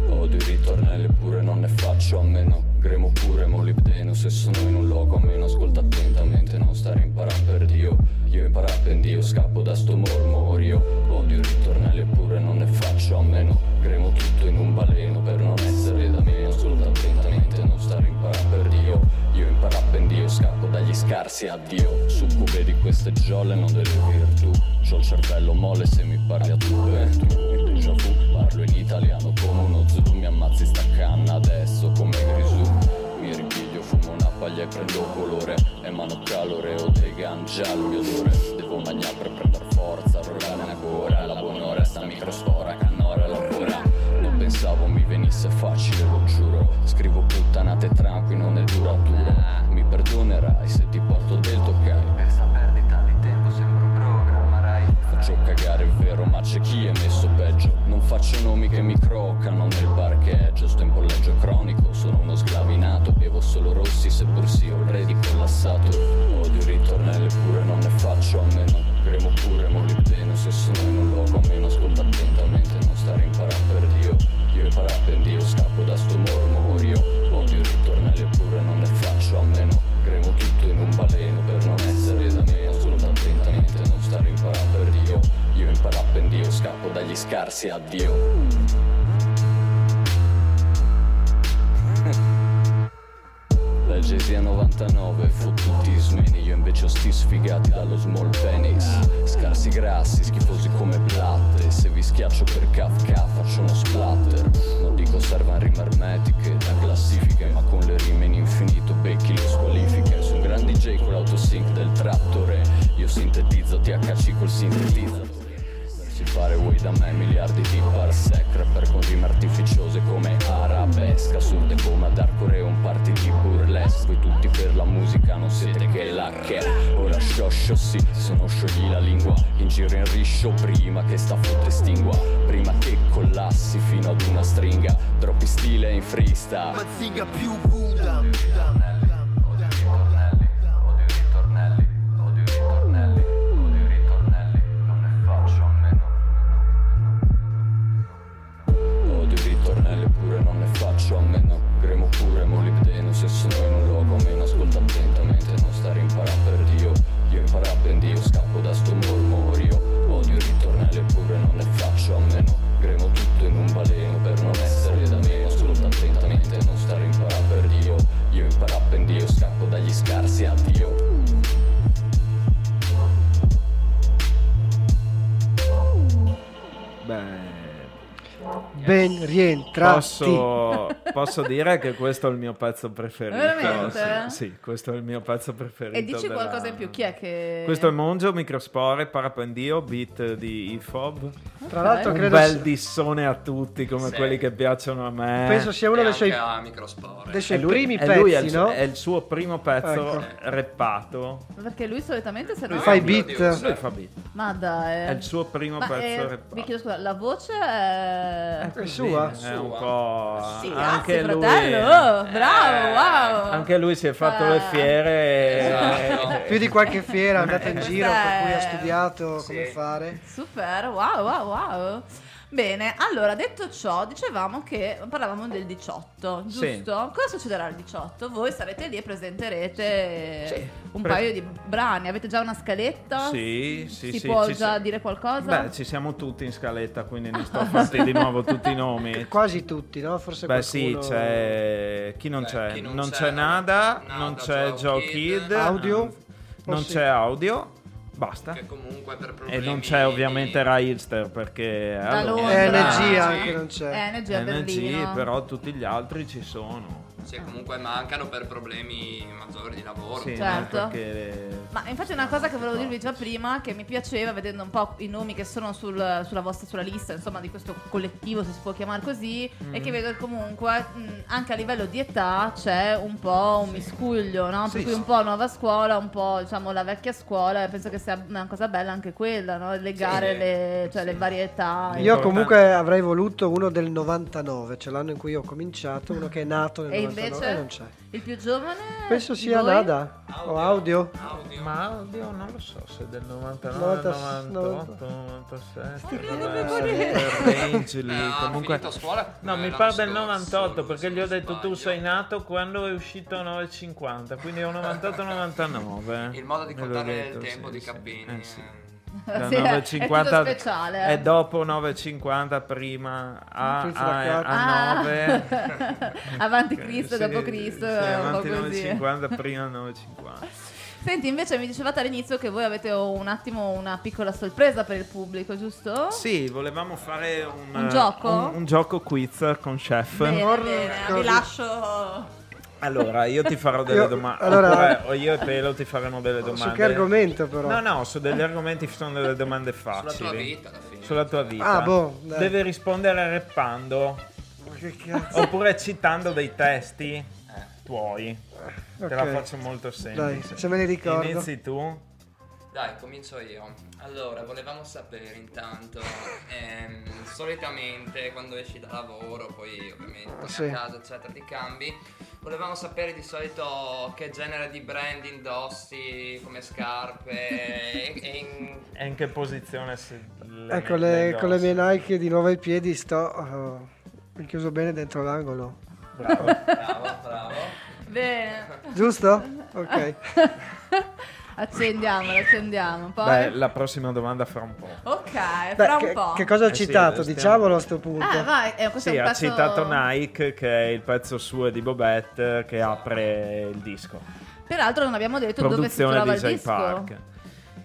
Speaker 8: Odio i ritornelli pure non ne faccio a meno Gremo pure molibdeno se sono in un luogo almeno ascolta attentamente Non stare in paramperdio Io in parapendio scappo da sto mormorio Odio i ritornelli pure non ne faccio a meno Gremo tutto in un baleno per non essere da meno Ascolta attentamente non stare in paramperdio Io in parapendio scappo dagli scarsi addio Succube di queste giolle non delle virtù C'ho il cervello molle se mi parli a tu eh, tu, il déjà vu Parlo in italiano come uno zoo Mi ammazzi sta canna adesso come grisù Mi ripiglio, fumo una paglia e prendo colore Emano calore o dei già il mio odore Devo mangiare per prendere forza Rollare ancora la buon'ora Sta microsfora cannora lavora Non pensavo mi venisse facile lo giuro Scrivo puttanate tranquillo non è dura duro Mi perdonerai se ti porto del toccai
Speaker 9: Questa perdita di tempo sembra un programma Rai
Speaker 8: Faccio cagare è vero ma c'è chi è messo peggio Non faccio nomi che mi croccano Bevo solo rossi seppur sia already collassato Odio ritornelli pure non ne faccio a meno Gremo pure molibdeno se sono in un luogo almeno ascolta attentamente Non stare in parapendio Io in parapendio scappo da sto mormorio Odio ritornelli pure non ne faccio a meno Gremo tutto in un baleno per non essere da me Ascolta attentamente non stare in parapendio Io in parapendio scappo dagli scarsi addio La Gesia 99, fottuti smeni Io invece ho sti sfigati dallo small penis Scarsi grassi, schifosi come platte Se vi schiaccio per Kafka faccio uno splatter Non dico servan rime ermetiche da classifiche Ma con le rime in infinito becchi le squalifiche Sono grandi J con l'autosync del trattore Io sintetizzo THC col sintetizzatore si fare way da me miliardi di parsec Rapper con rime artificiose come arabesca Assurde come ad arcore un party di burlesque Voi tutti per la musica non siete che la che Ora scioscio sì, se non sciogli la lingua In giro in riscio prima che sta fotte estingua Prima che collassi fino ad una stringa Troppi stile in freestyle
Speaker 10: Mazzinga più Buddha
Speaker 9: Odio i ritornelli, odio i ritornelli, odio i ritornelli, odio i ritornelli, non ne faccio a meno.
Speaker 8: Odio i ritornelli pure non ne faccio a meno Gremo pure molibdeno se sono in un luogo meno Ascolta attentamente non stare in parapendio Io in parapendio scappo da sto mormorio Odio i ritornelli pure non ne faccio a meno Gremo tutto in un baleno per non essere da meno Ascolta attentamente non stare in parapendio Io in parapendio scappo dagli scarsi addio
Speaker 4: Beh,
Speaker 6: Ben rientrati.
Speaker 4: Posso, posso dire che questo è il mio pezzo preferito.
Speaker 3: Veramente?
Speaker 4: Sì, sì, questo è il mio pezzo preferito.
Speaker 3: E dici
Speaker 4: della-
Speaker 3: qualcosa in più, chi è che...
Speaker 4: Questo è Mongio, Microspore, Parapendio, beat di Ifob.
Speaker 6: Tra l'altro
Speaker 4: Un
Speaker 6: credo
Speaker 4: bel
Speaker 6: s-
Speaker 4: dissone a tutti, come
Speaker 7: Sì.
Speaker 4: quelli che piacciono a me.
Speaker 6: penso sia uno
Speaker 7: E
Speaker 6: dei
Speaker 7: anche
Speaker 6: suoi,
Speaker 7: a microsport.
Speaker 6: dei
Speaker 4: È
Speaker 6: suoi
Speaker 4: lui-
Speaker 6: primi
Speaker 4: è lui, è
Speaker 6: pezzi,
Speaker 4: il,
Speaker 6: no?
Speaker 4: È il suo primo pezzo
Speaker 7: Ecco.
Speaker 4: reppato.
Speaker 3: Perché lui solitamente se
Speaker 7: No,
Speaker 3: lo
Speaker 6: Fai
Speaker 7: no,
Speaker 6: beat.
Speaker 7: Dio,
Speaker 4: Lui
Speaker 7: sai.
Speaker 4: fa beat.
Speaker 3: Ma dai.
Speaker 4: È il suo primo
Speaker 3: Ma,
Speaker 4: pezzo
Speaker 3: eh,
Speaker 4: reppato.
Speaker 3: Mi chiedo scusa, la voce è...
Speaker 4: Ecco,
Speaker 6: È sua?
Speaker 4: sì, È un po'...
Speaker 3: Sì,
Speaker 4: anche
Speaker 3: grazie,
Speaker 4: lui...
Speaker 3: fratello. Oh, bravo,
Speaker 7: Eh,
Speaker 3: wow.
Speaker 4: Anche lui si è fatto le
Speaker 3: Ah.
Speaker 4: fiere. Eh,
Speaker 7: Esatto.
Speaker 6: Più di qualche fiera è andato in
Speaker 3: Eh, Questa
Speaker 6: giro per cui
Speaker 3: è-
Speaker 6: ha studiato come
Speaker 7: Sì.
Speaker 6: fare.
Speaker 3: Super, wow, wow, wow. Bene, allora detto ciò, dicevamo che parlavamo del 18, giusto?
Speaker 4: Sì.
Speaker 3: Cosa succederà il 18? Voi sarete lì e presenterete
Speaker 4: Sì.
Speaker 3: un
Speaker 4: Pre-
Speaker 3: paio di brani. Avete già una
Speaker 4: esatto.
Speaker 3: scaletta?
Speaker 4: Sì, sì,
Speaker 3: Si
Speaker 4: sì,
Speaker 3: può
Speaker 4: ci
Speaker 3: già Ah.
Speaker 4: si-
Speaker 3: dire qualcosa?
Speaker 4: Beh, ci siamo tutti in scaletta, quindi ne sto a farti di nuovo tutti i nomi.
Speaker 6: Quasi tutti, no? Forse
Speaker 4: Bè, sì,
Speaker 6: qualcuno...
Speaker 4: c'è. Chi non
Speaker 7: Beh,
Speaker 4: c'è?
Speaker 7: chi
Speaker 4: non,
Speaker 7: non
Speaker 4: c'è,
Speaker 7: c'è?
Speaker 4: Nada,
Speaker 7: Nada,
Speaker 4: non c'è Joe
Speaker 7: Joe
Speaker 4: Kid,
Speaker 7: Kid.
Speaker 6: Audio?
Speaker 4: anzi, non
Speaker 6: Forse-
Speaker 4: c'è audio. Basta.
Speaker 7: Che comunque per problemi...
Speaker 4: E non c'è ovviamente Rai Hipster perché.
Speaker 3: Da Londra.
Speaker 6: Eh,
Speaker 4: allora-
Speaker 6: NG
Speaker 7: Ah,
Speaker 6: anche
Speaker 7: sì.
Speaker 6: non c'è.
Speaker 3: Eh, NG a Berlino.
Speaker 4: NG, però tutti gli altri ci sono.
Speaker 7: Sì, Cioè, comunque mancano per problemi maggiori di lavoro.
Speaker 4: Sì,
Speaker 3: Certo.
Speaker 4: no, perché-
Speaker 3: Ma infatti è una cosa che volevo dirvi già prima, che mi piaceva vedendo un po' i nomi che sono sul- sulla vostra sulla lista, insomma, di questo collettivo, se si può chiamare così,
Speaker 6: Mm.
Speaker 3: e che vedo che comunque mh, anche a livello di età c'è un po' un miscuglio, no? per
Speaker 4: Sì,
Speaker 3: cui
Speaker 4: sì.
Speaker 3: un po' nuova scuola, un po' diciamo la vecchia scuola, e penso che sia una cosa bella anche quella, no? Legare
Speaker 7: Sì.
Speaker 3: le, cioè, le varietà.
Speaker 4: Sì.
Speaker 3: e-
Speaker 6: Io
Speaker 4: Importante.
Speaker 6: comunque avrei voluto uno del 99, cioè l'anno in cui ho cominciato, uno che è nato nel
Speaker 3: E
Speaker 6: 99
Speaker 3: invece
Speaker 6: e eh, non c'è.
Speaker 3: il più giovane...
Speaker 6: Penso
Speaker 3: di
Speaker 6: sia
Speaker 3: voi?
Speaker 6: Nada o audio.
Speaker 7: Audio.
Speaker 4: Ma audio non lo so se è del 99,
Speaker 6: 90,
Speaker 4: 98, 97.
Speaker 3: Ma non
Speaker 4: vabbè,
Speaker 3: devo dire.
Speaker 4: quel range lì,
Speaker 7: Eh, ha
Speaker 4: comunque
Speaker 7: finito scuola,
Speaker 4: No,
Speaker 7: eh,
Speaker 4: mi
Speaker 7: l'anno
Speaker 4: pare del
Speaker 7: scorso,
Speaker 4: 98 perché
Speaker 7: se
Speaker 4: gli ho
Speaker 7: non
Speaker 4: detto tu
Speaker 7: sbaglio.
Speaker 4: sei nato quando è uscito 950, quindi è un 98-99.
Speaker 7: Il modo di
Speaker 4: Me l'ho
Speaker 7: contare
Speaker 4: detto,
Speaker 7: il tempo
Speaker 4: sì,
Speaker 7: di
Speaker 4: sì.
Speaker 7: Cappini.
Speaker 4: Eh, sì.
Speaker 7: eh.
Speaker 4: Da
Speaker 3: Sì, è- è
Speaker 4: 9,50
Speaker 3: tutto speciale, eh.
Speaker 4: È dopo 950 prima a,
Speaker 6: Inizio da
Speaker 4: a, a,
Speaker 6: quattro.
Speaker 3: Ah.
Speaker 4: 9.
Speaker 3: avanti Cristo,
Speaker 4: Sì,
Speaker 3: dopo
Speaker 4: sì,
Speaker 3: Cristo, è un po'
Speaker 4: avanti
Speaker 3: così.
Speaker 4: 950 prima 950.
Speaker 3: Senti, invece mi dicevate all'inizio che voi avete un attimo una piccola sorpresa per il pubblico, giusto?
Speaker 4: Sì, volevamo fare un,
Speaker 3: Un gioco?
Speaker 4: un, un gioco quiz con chef.
Speaker 3: Bene,
Speaker 6: Porca
Speaker 3: bene, vi
Speaker 6: cosa.
Speaker 3: lascio.
Speaker 4: Allora, io ti farò delle
Speaker 6: Io-
Speaker 4: domande.
Speaker 6: allora-
Speaker 4: Oppure, o io e Pelo ti faremo delle domande.
Speaker 6: Su che argomento però?
Speaker 4: No, no, su degli argomenti ci sono delle domande facili.
Speaker 7: Sulla tua vita, alla fine.
Speaker 4: Sulla tua vita.
Speaker 6: Ah, boh, dai.
Speaker 4: Deve rispondere rappando
Speaker 6: Ma Che cazzo?
Speaker 4: oppure citando dei
Speaker 7: Eh.
Speaker 4: testi tuoi. Te la
Speaker 6: Ok.
Speaker 4: faccio molto semplice.
Speaker 6: Dai, se me li ricordo.
Speaker 4: Inizi tu.
Speaker 7: Dai, comincio io. Allora, volevamo sapere intanto, ehm, solitamente quando esci da lavoro, poi ovviamente torni
Speaker 6: Sì.
Speaker 7: a casa, eccetera, ti cambi. Volevamo sapere di solito che genere di brand indossi, come scarpe e, e in-
Speaker 4: E in che posizione si... le
Speaker 6: Ecco,
Speaker 4: met-
Speaker 6: le- con le
Speaker 4: indossa?
Speaker 6: mie Nike di nuovo ai piedi sto eh, chiuso bene dentro l'angolo.
Speaker 4: Bravo.
Speaker 7: Bravo, bravo.
Speaker 3: Bene.
Speaker 6: Giusto? Ok.
Speaker 3: accendiamo, accendiamo. Poi...
Speaker 4: Beh, la prossima domanda fra un po'.
Speaker 3: ok,
Speaker 6: Beh,
Speaker 3: fra un
Speaker 6: che,
Speaker 3: po'.
Speaker 6: che cosa ho
Speaker 4: Eh sì,
Speaker 6: citato?
Speaker 4: stiamo-
Speaker 6: Diciamolo a sto punto.
Speaker 3: Ah, vai, eh, questo
Speaker 4: Sì,
Speaker 3: è un
Speaker 4: ha
Speaker 3: pezzo...
Speaker 4: citato Nike, che è il pezzo suo di Bobette che apre il disco.
Speaker 3: Peraltro non abbiamo detto dove si
Speaker 4: Produzione
Speaker 3: trova
Speaker 4: di
Speaker 3: il
Speaker 4: Jay
Speaker 3: disco.
Speaker 4: Park.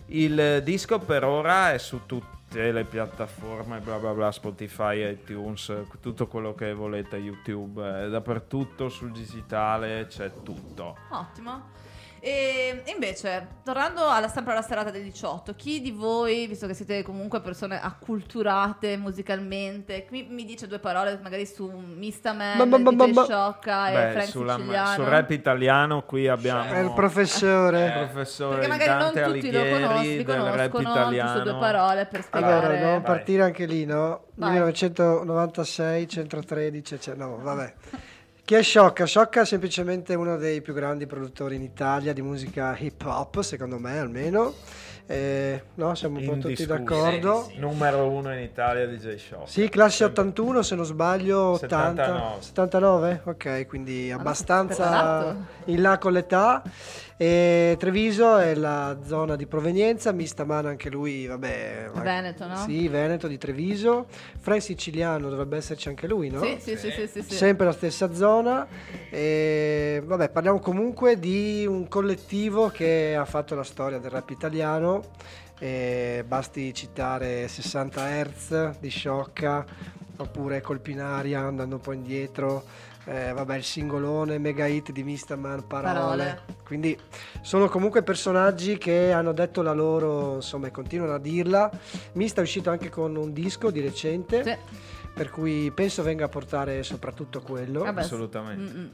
Speaker 4: Il disco per ora è su tutte le piattaforme, bla bla bla, Spotify, iTunes, tutto quello che volete, YouTube, è dappertutto, sul digitale c'è tutto.
Speaker 3: Ottimo. E invece, tornando alla, sempre alla serata del 18, chi di voi, visto che siete comunque persone acculturate musicalmente, qui mi dice due parole magari su Mista Man,
Speaker 6: Ma- ma- ma- ma-
Speaker 3: DJ
Speaker 6: ma-
Speaker 3: Sciocca e
Speaker 4: Beh,
Speaker 3: Eh, Frank
Speaker 4: sulla-
Speaker 3: Siciliano?
Speaker 4: sul rap italiano qui abbiamo...
Speaker 6: È il professore.
Speaker 4: il professore
Speaker 3: Perché magari non
Speaker 4: Dante
Speaker 3: tutti lo
Speaker 4: Alighieri
Speaker 3: conos-
Speaker 4: del
Speaker 3: li
Speaker 4: rap
Speaker 3: conoscono, giusto due
Speaker 4: italiano.
Speaker 3: parole per spiegare.
Speaker 6: Allora, dobbiamo
Speaker 4: Vai.
Speaker 6: partire anche lì, no?
Speaker 3: Vai.
Speaker 6: 1996, 113, ecc- no, vabbè. Chi è Sciocca? Sciocca è semplicemente uno dei più grandi produttori in Italia di musica hip hop, secondo me almeno. Eh, no, siamo un po' tutti
Speaker 4: Indiscusso.
Speaker 6: d'accordo.
Speaker 7: Sì,
Speaker 4: Numero uno in Italia DJ Show.
Speaker 6: Sì, classe 81 se non sbaglio, 80,
Speaker 4: 79.
Speaker 6: 79, ok, quindi abbastanza
Speaker 3: preparato.
Speaker 6: in là con l'età. E Treviso è la zona di provenienza, Mistaman anche lui, vabbè. ma-
Speaker 3: Veneto, no?
Speaker 6: Sì, Veneto di Treviso. Fra il siciliano dovrebbe esserci anche lui, no?
Speaker 3: Sì, sì, sì, sì, sì, sì.
Speaker 6: Sempre la stessa zona. E, vabbè, parliamo comunque di un collettivo che ha fatto la storia del rap italiano. E basti citare 60 Hertz di Sciocca oppure Colpinaria andando un po' indietro. Eh, vabbè, il singolone, mega hit di Mistaman, parole.
Speaker 3: Parole.
Speaker 6: Quindi sono comunque personaggi che hanno detto la loro, insomma, e continuano a dirla. Mista è uscito anche con un disco di recente
Speaker 3: Sì.
Speaker 6: per cui penso venga a portare soprattutto quello.
Speaker 3: Vabbè,
Speaker 4: assolutamente.
Speaker 3: mm, mm.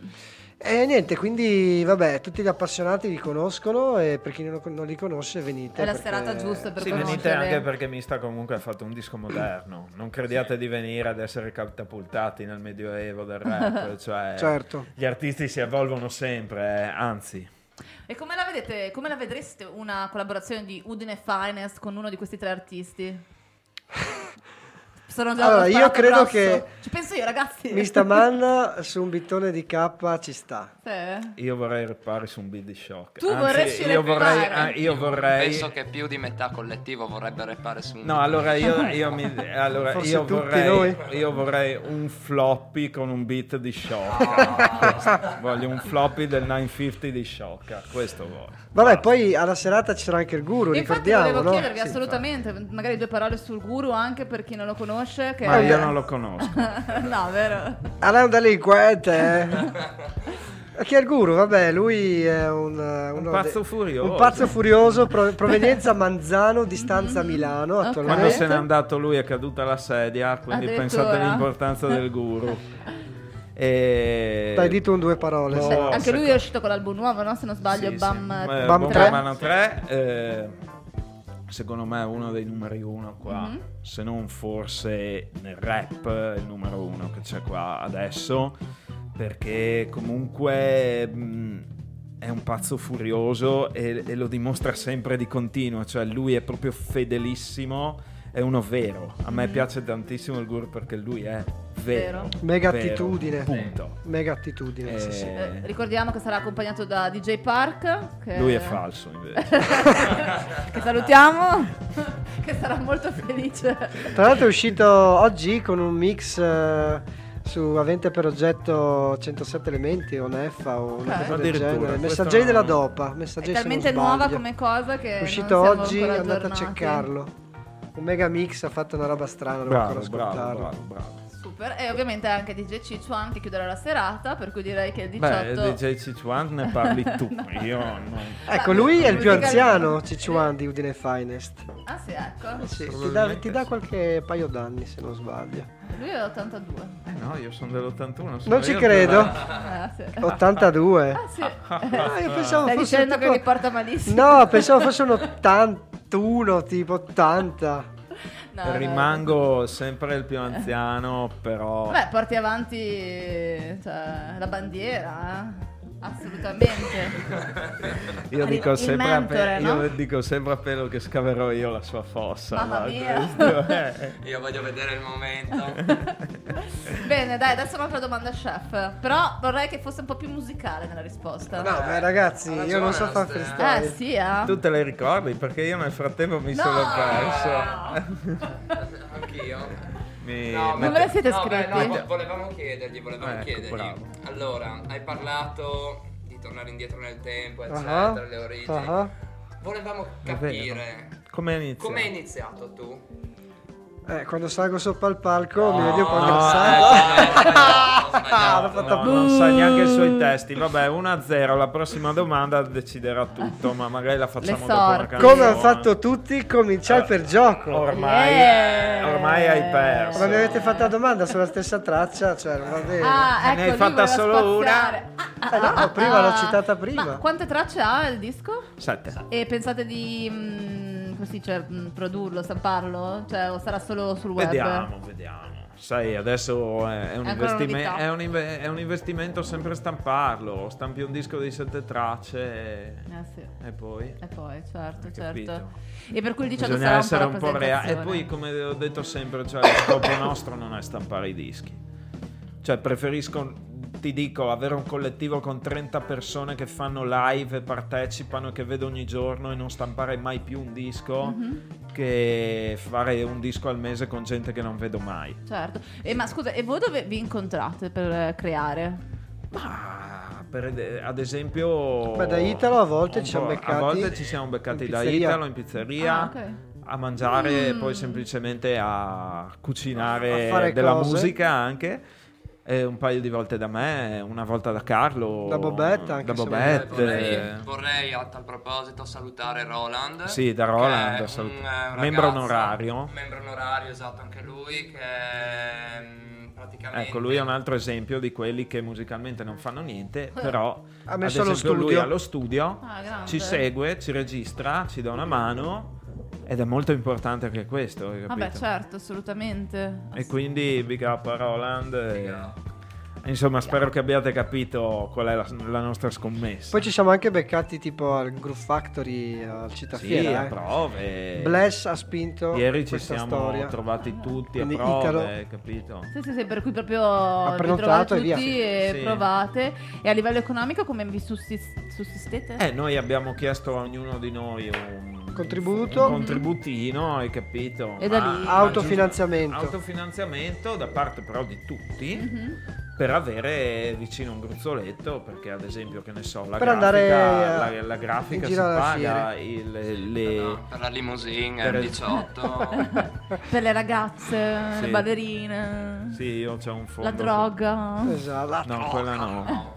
Speaker 6: E niente, quindi vabbè, tutti gli appassionati li conoscono e per chi non, non li conosce venite.
Speaker 3: È la
Speaker 6: perché-
Speaker 3: serata giusta per
Speaker 4: Eh, Sì, venite
Speaker 3: conoscere.
Speaker 4: anche perché Mista comunque ha fatto un disco moderno. Non crediate di venire ad essere catapultati nel medioevo del rap. Cioè,
Speaker 6: Certo.
Speaker 4: gli artisti si evolvono sempre, eh, anzi.
Speaker 3: E come la vedete, come la vedreste una collaborazione di Udine Finest con uno di questi tre artisti? Sono già
Speaker 6: Allora,
Speaker 3: ho
Speaker 6: io
Speaker 3: sparato
Speaker 6: credo
Speaker 3: grosso.
Speaker 6: che-
Speaker 3: Ci penso io, ragazzi.
Speaker 6: Mista Man su un bittone di K ci sta.
Speaker 3: Sì.
Speaker 4: Io vorrei repare su un beat di shock. Ah.
Speaker 3: Tu
Speaker 4: Anzi,
Speaker 3: vorresti
Speaker 4: io
Speaker 3: rappare?
Speaker 4: vorrei, ah, io vorrei-
Speaker 7: Penso che più di metà collettivo vorrebbe repare su un
Speaker 4: No, allora io, io mi- allora
Speaker 6: Forse
Speaker 4: io
Speaker 6: tutti
Speaker 4: vorrei,
Speaker 6: noi.
Speaker 4: io vorrei un floppy con un beat di shock. voglio un floppy del 950 di shock. Questo voglio.
Speaker 6: Vabbè, poi alla serata ci sarà anche il guru,
Speaker 3: E Infatti
Speaker 6: ricordiamo,
Speaker 3: volevo
Speaker 6: no?
Speaker 3: chiedervi
Speaker 4: Sì,
Speaker 3: assolutamente, magari due parole sul guru anche per chi non lo conosce. Che
Speaker 4: Ma
Speaker 3: è-
Speaker 4: io non lo conosco.
Speaker 3: no, vero.
Speaker 6: Allora Ah, è un delinquente, eh. Chi è il guru? Vabbè, lui è un, eh, uno
Speaker 4: pazzo furioso.
Speaker 6: Un pazzo furioso, pro- provenienza Manzano, distanza Milano.
Speaker 3: Mm-hmm. Ok.
Speaker 6: Attualmente.
Speaker 4: Quando se n'è andato lui è caduta la sedia, quindi
Speaker 3: Addirittura.
Speaker 4: pensate all'importanza del guru. E...
Speaker 6: Dai, dito un due parole.
Speaker 4: No.
Speaker 6: sì.
Speaker 4: Oh,
Speaker 3: anche lui
Speaker 4: secco.
Speaker 3: è uscito con l'album nuovo, no? Se non sbaglio,
Speaker 4: Sì,
Speaker 3: Bam,
Speaker 4: sì. Eh,
Speaker 6: Bam
Speaker 4: Bam
Speaker 6: tre.
Speaker 4: 3. eh, secondo me è uno dei numeri uno qua, se non forse nel rap è il numero uno che c'è qua adesso, perché comunque mh, è un pazzo furioso e, e lo dimostra sempre di continuo, cioè lui è proprio fedelissimo, è uno vero. A me piace tantissimo il guru perché lui è vero.
Speaker 3: Vero.
Speaker 6: Mega
Speaker 4: vero,
Speaker 6: attitudine.
Speaker 4: Punto.
Speaker 6: Mega attitudine, sì,
Speaker 4: Eh,
Speaker 6: sì.
Speaker 3: Eh, ricordiamo che sarà accompagnato da DJ Park. Che...
Speaker 4: Lui è falso invece.
Speaker 3: che salutiamo, che sarà molto felice.
Speaker 6: Tra l'altro è uscito oggi con un mix eh, su avente per oggetto 107 elementi o Neffa o una
Speaker 3: Ok.
Speaker 6: cosa del
Speaker 4: Addirittura,
Speaker 6: genere.
Speaker 4: questo
Speaker 6: Messaggeri
Speaker 4: non-
Speaker 6: della Dopa.
Speaker 3: È
Speaker 6: Messaggeri se non
Speaker 3: talmente nuova
Speaker 6: sbaglio.
Speaker 3: come cosa che
Speaker 6: È
Speaker 3: Eh, non
Speaker 6: uscito
Speaker 3: siamo
Speaker 6: oggi,
Speaker 3: ancora
Speaker 6: andate a
Speaker 3: aggiornati.
Speaker 6: cercarlo. Un mega mix ha fatto una roba strana, non ho ancora
Speaker 4: Bravo,
Speaker 6: ascoltarlo.
Speaker 4: bravo, bravo, bravo.
Speaker 3: Super, e ovviamente anche DJ Ciccio anche chiuderà la serata, per cui direi che il
Speaker 4: Beh,
Speaker 3: 18
Speaker 4: DJ Sichuan ne parli tu, io non...
Speaker 6: Ecco, lui è il più
Speaker 3: Musicalmente-
Speaker 6: anziano Cicciuan di Udine Finest.
Speaker 3: Ah sì, ecco.
Speaker 6: Eh, Sì, ti, dà,
Speaker 4: Probabilmente
Speaker 6: ti dà
Speaker 4: sì.
Speaker 6: qualche paio d'anni se non sbaglio.
Speaker 3: Lui è 82.
Speaker 4: Eh no, io sono dell'81. sono
Speaker 6: Non ci
Speaker 4: io
Speaker 6: credo.
Speaker 4: della-
Speaker 3: Ah sì.
Speaker 6: 82.
Speaker 3: Ah, sì.
Speaker 6: Ah, io pensavo fosse
Speaker 3: Stai dicendo
Speaker 6: tipo-
Speaker 3: che mi porta malissimo.
Speaker 6: No, pensavo fosse un 81, tipo 80.
Speaker 3: No, no,
Speaker 4: Rimango sempre il più anziano, però...
Speaker 3: Beh, porti avanti cioè, la bandiera, eh? assolutamente.
Speaker 4: Io
Speaker 3: il-
Speaker 4: dico,
Speaker 3: il
Speaker 4: sempre
Speaker 3: mentore,
Speaker 4: a Pe-
Speaker 3: no?
Speaker 4: io dico sempre a Pelo che scaverò io la sua fossa.
Speaker 3: Mamma
Speaker 4: guarda,
Speaker 3: mia.
Speaker 4: questo è-
Speaker 7: Io voglio vedere il momento.
Speaker 4: Eh.
Speaker 3: Bene, dai, adesso un'altra domanda chef, però vorrei che fosse un po' più musicale nella risposta.
Speaker 6: No, beh, ragazzi,
Speaker 7: Ha
Speaker 6: io non so
Speaker 7: ragione,
Speaker 6: far
Speaker 7: Aster.
Speaker 6: freestyle.
Speaker 3: Eh sì, eh.
Speaker 4: Tu te le ricordi? Perché io nel frattempo mi
Speaker 3: No!
Speaker 4: sono perso.
Speaker 3: mm.
Speaker 7: Anch'io.
Speaker 4: Mi-
Speaker 7: No,
Speaker 3: Ma
Speaker 4: mette-
Speaker 3: ve la siete
Speaker 7: no, beh,
Speaker 3: scritti?
Speaker 7: no, vo- volevamo chiedergli, volevamo
Speaker 4: Ecco,
Speaker 7: chiedergli.
Speaker 4: bravo.
Speaker 7: Allora, hai parlato di tornare indietro nel tempo, eccetera,
Speaker 6: Ah,
Speaker 7: le origini.
Speaker 6: ah.
Speaker 7: Volevamo
Speaker 4: È vero.
Speaker 7: capire
Speaker 4: Come inizia?
Speaker 7: come hai iniziato tu?
Speaker 6: Eh, quando salgo sopra il palco mi vedi un po'
Speaker 4: no,
Speaker 7: Eh,
Speaker 4: ecco.
Speaker 6: incazzato.
Speaker 7: Ah,
Speaker 6: l'ho fatta
Speaker 4: No, non sa neanche i suoi testi. Vabbè, 1-0. La prossima domanda deciderà tutto, ma magari la facciamo dopo una
Speaker 3: sorti.
Speaker 4: canzone.
Speaker 6: Come hanno fatto tutti, cominciai per gioco.
Speaker 4: Oh, Ormai,
Speaker 3: Yeah.
Speaker 4: ormai hai perso.
Speaker 6: Ma mi avete fatto la domanda sulla stessa traccia, cioè non va bene.
Speaker 3: Ah, ecco,
Speaker 4: Ne hai
Speaker 3: lui
Speaker 4: fatta
Speaker 3: voleva
Speaker 4: solo una?
Speaker 3: spaziare. Ah, ah,
Speaker 6: Eh no,
Speaker 3: ah,
Speaker 6: prima
Speaker 3: ah.
Speaker 6: l'ho citata prima.
Speaker 3: Ma quante tracce ha il disco?
Speaker 4: Sette.
Speaker 3: E pensate di mm, come si dice, mm, produrlo, stamparlo? Cioè, o sarà solo sul web?
Speaker 4: Vediamo, vediamo. Sai, adesso è, è un
Speaker 3: È ancora
Speaker 4: investime-
Speaker 3: novità.
Speaker 4: è un inve- è un investimento sempre stamparlo. Stampi un disco di sette tracce e,
Speaker 3: Eh sì.
Speaker 4: e poi...
Speaker 3: E poi, certo,
Speaker 4: Hai
Speaker 3: certo.
Speaker 4: capito.
Speaker 3: E per cui il 18
Speaker 4: Bisogna essere
Speaker 3: sarà un po', la
Speaker 4: rea- E
Speaker 3: presentazione.
Speaker 4: poi, come ho detto sempre, cioè, il scopo nostro non è stampare i dischi. Cioè, preferisco, ti dico, avere un collettivo con 30 persone che fanno live e partecipano e che vedo ogni giorno e non stampare mai più un disco
Speaker 3: Mm-hmm. Mhm,
Speaker 4: che fare un disco al mese con gente che non vedo mai.
Speaker 3: Certo. E ma scusa, e voi dove vi incontrate per eh, creare?
Speaker 4: Ma per ed- ad esempio,
Speaker 6: Beh, da Italo a volte
Speaker 4: un
Speaker 6: ci siamo
Speaker 4: po'-
Speaker 6: beccati
Speaker 4: A volte ci siamo beccati
Speaker 6: in
Speaker 4: da
Speaker 6: pizzeria.
Speaker 4: Italo in pizzeria
Speaker 3: Ah, ok.
Speaker 4: a mangiare e
Speaker 3: Mm.
Speaker 4: poi semplicemente a
Speaker 6: A
Speaker 4: cucinare
Speaker 6: fare
Speaker 4: della
Speaker 6: cose.
Speaker 4: musica anche. E un paio di volte da me, una volta da Carlo,
Speaker 6: Da Bobetta anche
Speaker 4: da
Speaker 6: se
Speaker 4: Bobette.
Speaker 7: Vorrei, vorrei a tal proposito salutare Roland.
Speaker 4: Sì, da
Speaker 7: che
Speaker 4: Roland,
Speaker 7: è un,
Speaker 4: salut-
Speaker 7: eh, un
Speaker 4: membro
Speaker 7: ragazzo-
Speaker 4: onorario.
Speaker 7: Membro onorario, esatto, anche lui, che è, mm, praticamente...
Speaker 4: Ecco, lui è un altro esempio di quelli che musicalmente non fanno niente, però
Speaker 6: Eh. Ha messo
Speaker 4: ad
Speaker 6: lo
Speaker 4: esempio lui
Speaker 6: studio.
Speaker 4: allo studio,
Speaker 3: Ah, grande.
Speaker 4: ci segue, ci registra, ci dà una mano ed è molto importante anche questo, hai capito?
Speaker 3: Vabbè, certo, assolutamente.
Speaker 6: certo.
Speaker 4: E quindi Big Up a Roland. e-
Speaker 7: Big up.
Speaker 4: Insomma, spero che abbiate capito qual è la, la nostra scommessa.
Speaker 6: Poi ci siamo anche beccati tipo al Groove Factory al Città
Speaker 4: sì,
Speaker 6: Fiera.
Speaker 4: a
Speaker 6: eh.
Speaker 4: prove.
Speaker 6: Bless ha spinto
Speaker 4: Ieri ci
Speaker 6: questa
Speaker 4: siamo
Speaker 6: storia.
Speaker 4: trovati tutti
Speaker 6: Quindi
Speaker 4: a prove,
Speaker 6: Italo.
Speaker 4: hai capito?
Speaker 3: Sì, sì, sì, per cui proprio vi
Speaker 6: prenotato
Speaker 3: trovate
Speaker 6: e via.
Speaker 3: tutti e
Speaker 4: Sì.
Speaker 3: provate. E a livello economico come vi sussist- sussistete?
Speaker 4: Eh, noi abbiamo chiesto a ognuno di noi un
Speaker 6: Contributo.
Speaker 4: un contributino, hai capito?
Speaker 3: E da lì-
Speaker 6: Autofinanziamento.
Speaker 4: Autofinanziamento da parte però di tutti.
Speaker 3: Mhm.
Speaker 4: Per avere vicino un gruzzoletto, perché ad esempio, che ne so, la
Speaker 6: Per
Speaker 4: grafica,
Speaker 6: andare, eh,
Speaker 4: la, la grafica
Speaker 6: in
Speaker 4: si
Speaker 6: giro alla
Speaker 4: paga,
Speaker 6: fiera.
Speaker 4: il- le,
Speaker 7: No, per la limousine,
Speaker 4: Per-
Speaker 7: il 18...
Speaker 3: Per le ragazze,
Speaker 4: Sì.
Speaker 3: le ballerine,
Speaker 4: Sì, io c'ho un fondo.
Speaker 3: la droga.
Speaker 6: Esatto.
Speaker 4: No, quella no.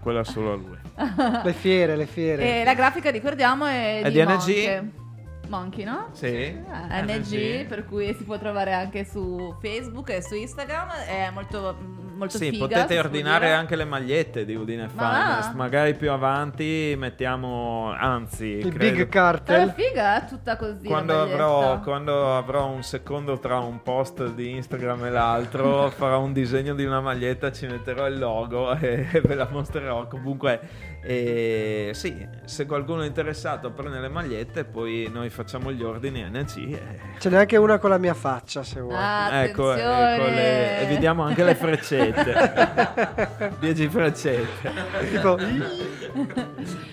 Speaker 4: Quella solo a lui.
Speaker 6: Le fiere, le fiere.
Speaker 3: E la grafica, ricordiamo, è,
Speaker 4: È
Speaker 3: di
Speaker 4: di NG.
Speaker 3: Monkey. Monkey, no?
Speaker 4: Sì.
Speaker 3: Eh, NG, per cui si può trovare anche su Facebook e su Instagram. È molto, molto
Speaker 4: Sì,
Speaker 3: figa,
Speaker 4: potete
Speaker 3: si può
Speaker 4: ordinare
Speaker 3: dire.
Speaker 4: anche le magliette di Udine
Speaker 3: Ma va.
Speaker 4: Finest. Magari più avanti mettiamo, anzi,
Speaker 6: Il
Speaker 4: credo-
Speaker 6: Big
Speaker 3: Però è
Speaker 6: Cartel.
Speaker 3: figa, è tutta così.
Speaker 4: quando
Speaker 3: la
Speaker 4: avrò,
Speaker 3: maglietta.
Speaker 4: quando avrò un secondo tra un post di Instagram e l'altro, farò un disegno di una maglietta, ci metterò il logo e, ve la mostrerò. Comunque, eh, sì, se qualcuno è interessato prende le magliette, poi noi facciamo gli ordini a NC e...
Speaker 6: Ce n'è anche una con la mia faccia, se vuoi.
Speaker 3: Ah,
Speaker 4: Ecco, ecco
Speaker 3: attenzione.
Speaker 4: le- e vediamo anche le freccette. 10 freccette.
Speaker 6: Tipo,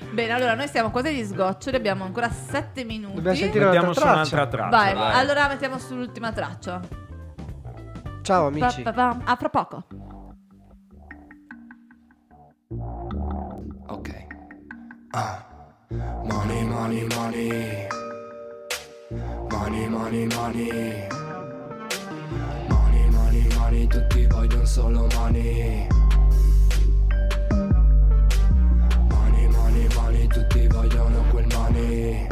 Speaker 3: Bene, allora noi siamo quasi agli sgoccioli, abbiamo ancora 7 minuti.
Speaker 6: Dobbiamo sentire
Speaker 4: Andiamo
Speaker 6: un'altra
Speaker 4: su
Speaker 6: traccia.
Speaker 4: un'altra traccia.
Speaker 3: Vai,
Speaker 4: dai.
Speaker 3: allora mettiamo sull'ultima traccia.
Speaker 6: Ciao
Speaker 3: Pa,
Speaker 6: amici.
Speaker 3: pa, pa. Ah, fra poco.
Speaker 9: Ok. Ah. Money, money, money. Money, money, money. Money, money, money. Tutti vogliono solo money. Money, money, money. Tutti vogliono quel money.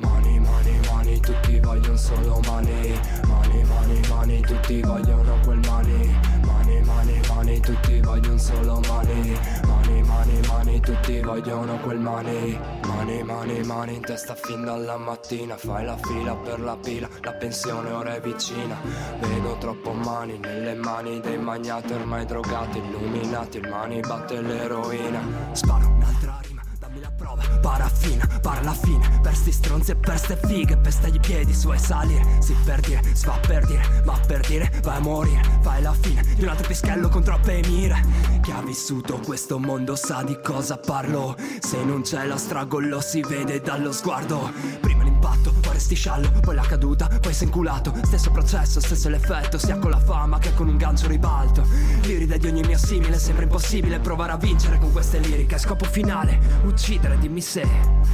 Speaker 9: Money, money, money, tutti vogliono solo money Money, money, money, tutti vogliono quel money Money, money, money, tutti vogliono vogliono solo money Money, money, money, tutti vogliono quel money Money, money, money, in testa fin dalla mattina Fai la fila per la pila, la pensione ora è vicina Vedo troppo mani nelle mani dei magnati Ormai drogati, illuminati, il mani batte l'eroina Sparo un'altra rima, dammi la prova Paraffina, para la fine Per sti stronzi e per ste fighe Pesta gli piedi su e salire Si per dire, si fa per dire Ma per dire vai a morire Fai la fine di un altro pischello con troppe mire Chi ha vissuto questo mondo sa di cosa parlo Se non c'è la stragollo si vede dallo sguardo Prima l'impatto, poi resti sciallo Poi la caduta, poi sei inculato Stesso processo, stesso l'effetto Sia con la fama che con un gancio ribalto L'iride di ogni mio simile Sembra impossibile provare a vincere con queste liriche Scopo finale, uccidere, dimmi se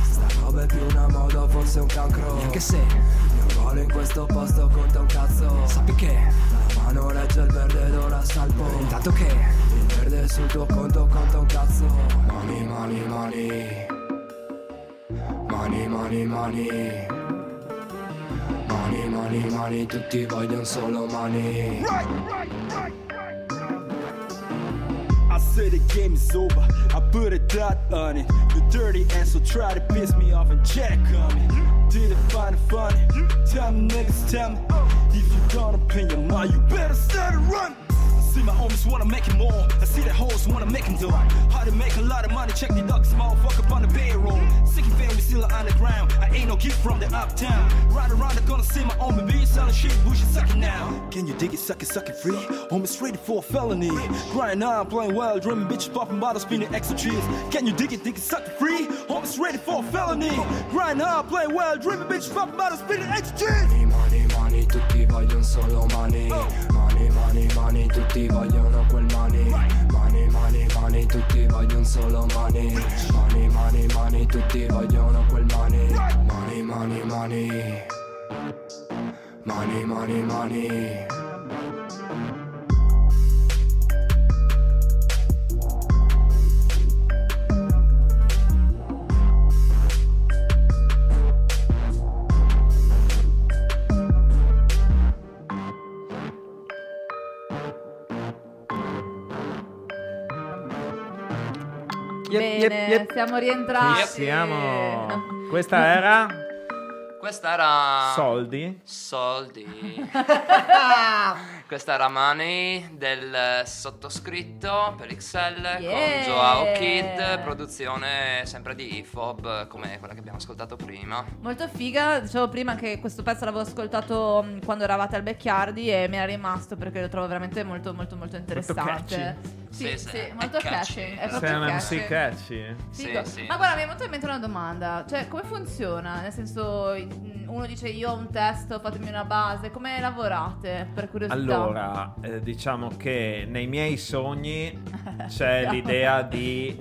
Speaker 9: Sta roba è più una moda, forse un cancro Anche se Il mio ruolo in questo posto conta un cazzo Sappi che La mano regge il verde ed ora salvo Intanto che Il verde sul tuo conto conta un cazzo Money, money, money Money, money, money Money, money, money Tutti vogliono solo money
Speaker 2: I say the game is over, I put a dot on it. You dirty ass will try to piss me off and jack on me. Did it find it funny? Tell me, niggas, tell me. If you don't open your mind, you better start and run. I See my homies wanna make it more. I see the hoes wanna make them do it. How to make a lot of money, check the ducks, motherfucker on the payroll. Sick and family still underground. I ain't no kid from the uptown. Right around the corner, see my homie be selling shit, bullshit sucking now. Can you dig it, suck it, suck it free? Homies ready for a felony. Grind on, playing wild, dreaming bitches, popping bottles, spinning extra trees. Can you dig it, dig it, suck it free? Homies ready for a felony. Grind on, playing wild, dreaming bitches, popping bottles, spinning extra trees.
Speaker 9: Money, money, money, tutti vogliono solo money Money, money, money, tutti vogliono quel money Money, money, money, tutti vogliono solo money Money, money, money, tutti vogliono quel money Money, money, money Money, money, money
Speaker 6: Yep,
Speaker 3: Bene,
Speaker 6: yep, yep.
Speaker 3: siamo rientrati.
Speaker 4: Ci siamo.
Speaker 3: No.
Speaker 4: Questa era
Speaker 7: Questa
Speaker 3: Ah.
Speaker 7: era...
Speaker 4: Soldi.
Speaker 7: Soldi. Questa era Money del eh, sottoscritto per XL
Speaker 3: Yeah.
Speaker 7: con Joao Kid, produzione sempre di IFOB eh, come quella che abbiamo ascoltato prima.
Speaker 3: Molto figa, dicevo prima che questo pezzo l'avevo ascoltato mh, quando eravate al Becchiardi e mi è rimasto perché lo trovo veramente molto molto molto interessante. sì,
Speaker 7: Sì,
Speaker 3: sì,
Speaker 7: sì, è
Speaker 3: molto
Speaker 7: catchy.
Speaker 3: catchy, è proprio
Speaker 4: Sei un
Speaker 3: catchy.
Speaker 4: MC catchy.
Speaker 3: Figo.
Speaker 7: Sì, sì.
Speaker 3: Ma guarda, mi è venuta in mente una domanda, cioè come funziona? Nel senso, mh, uno dice io ho un testo, fatemi una base, come lavorate per curiosità?
Speaker 4: Allora, eh, diciamo che nei miei sogni c'è l'idea di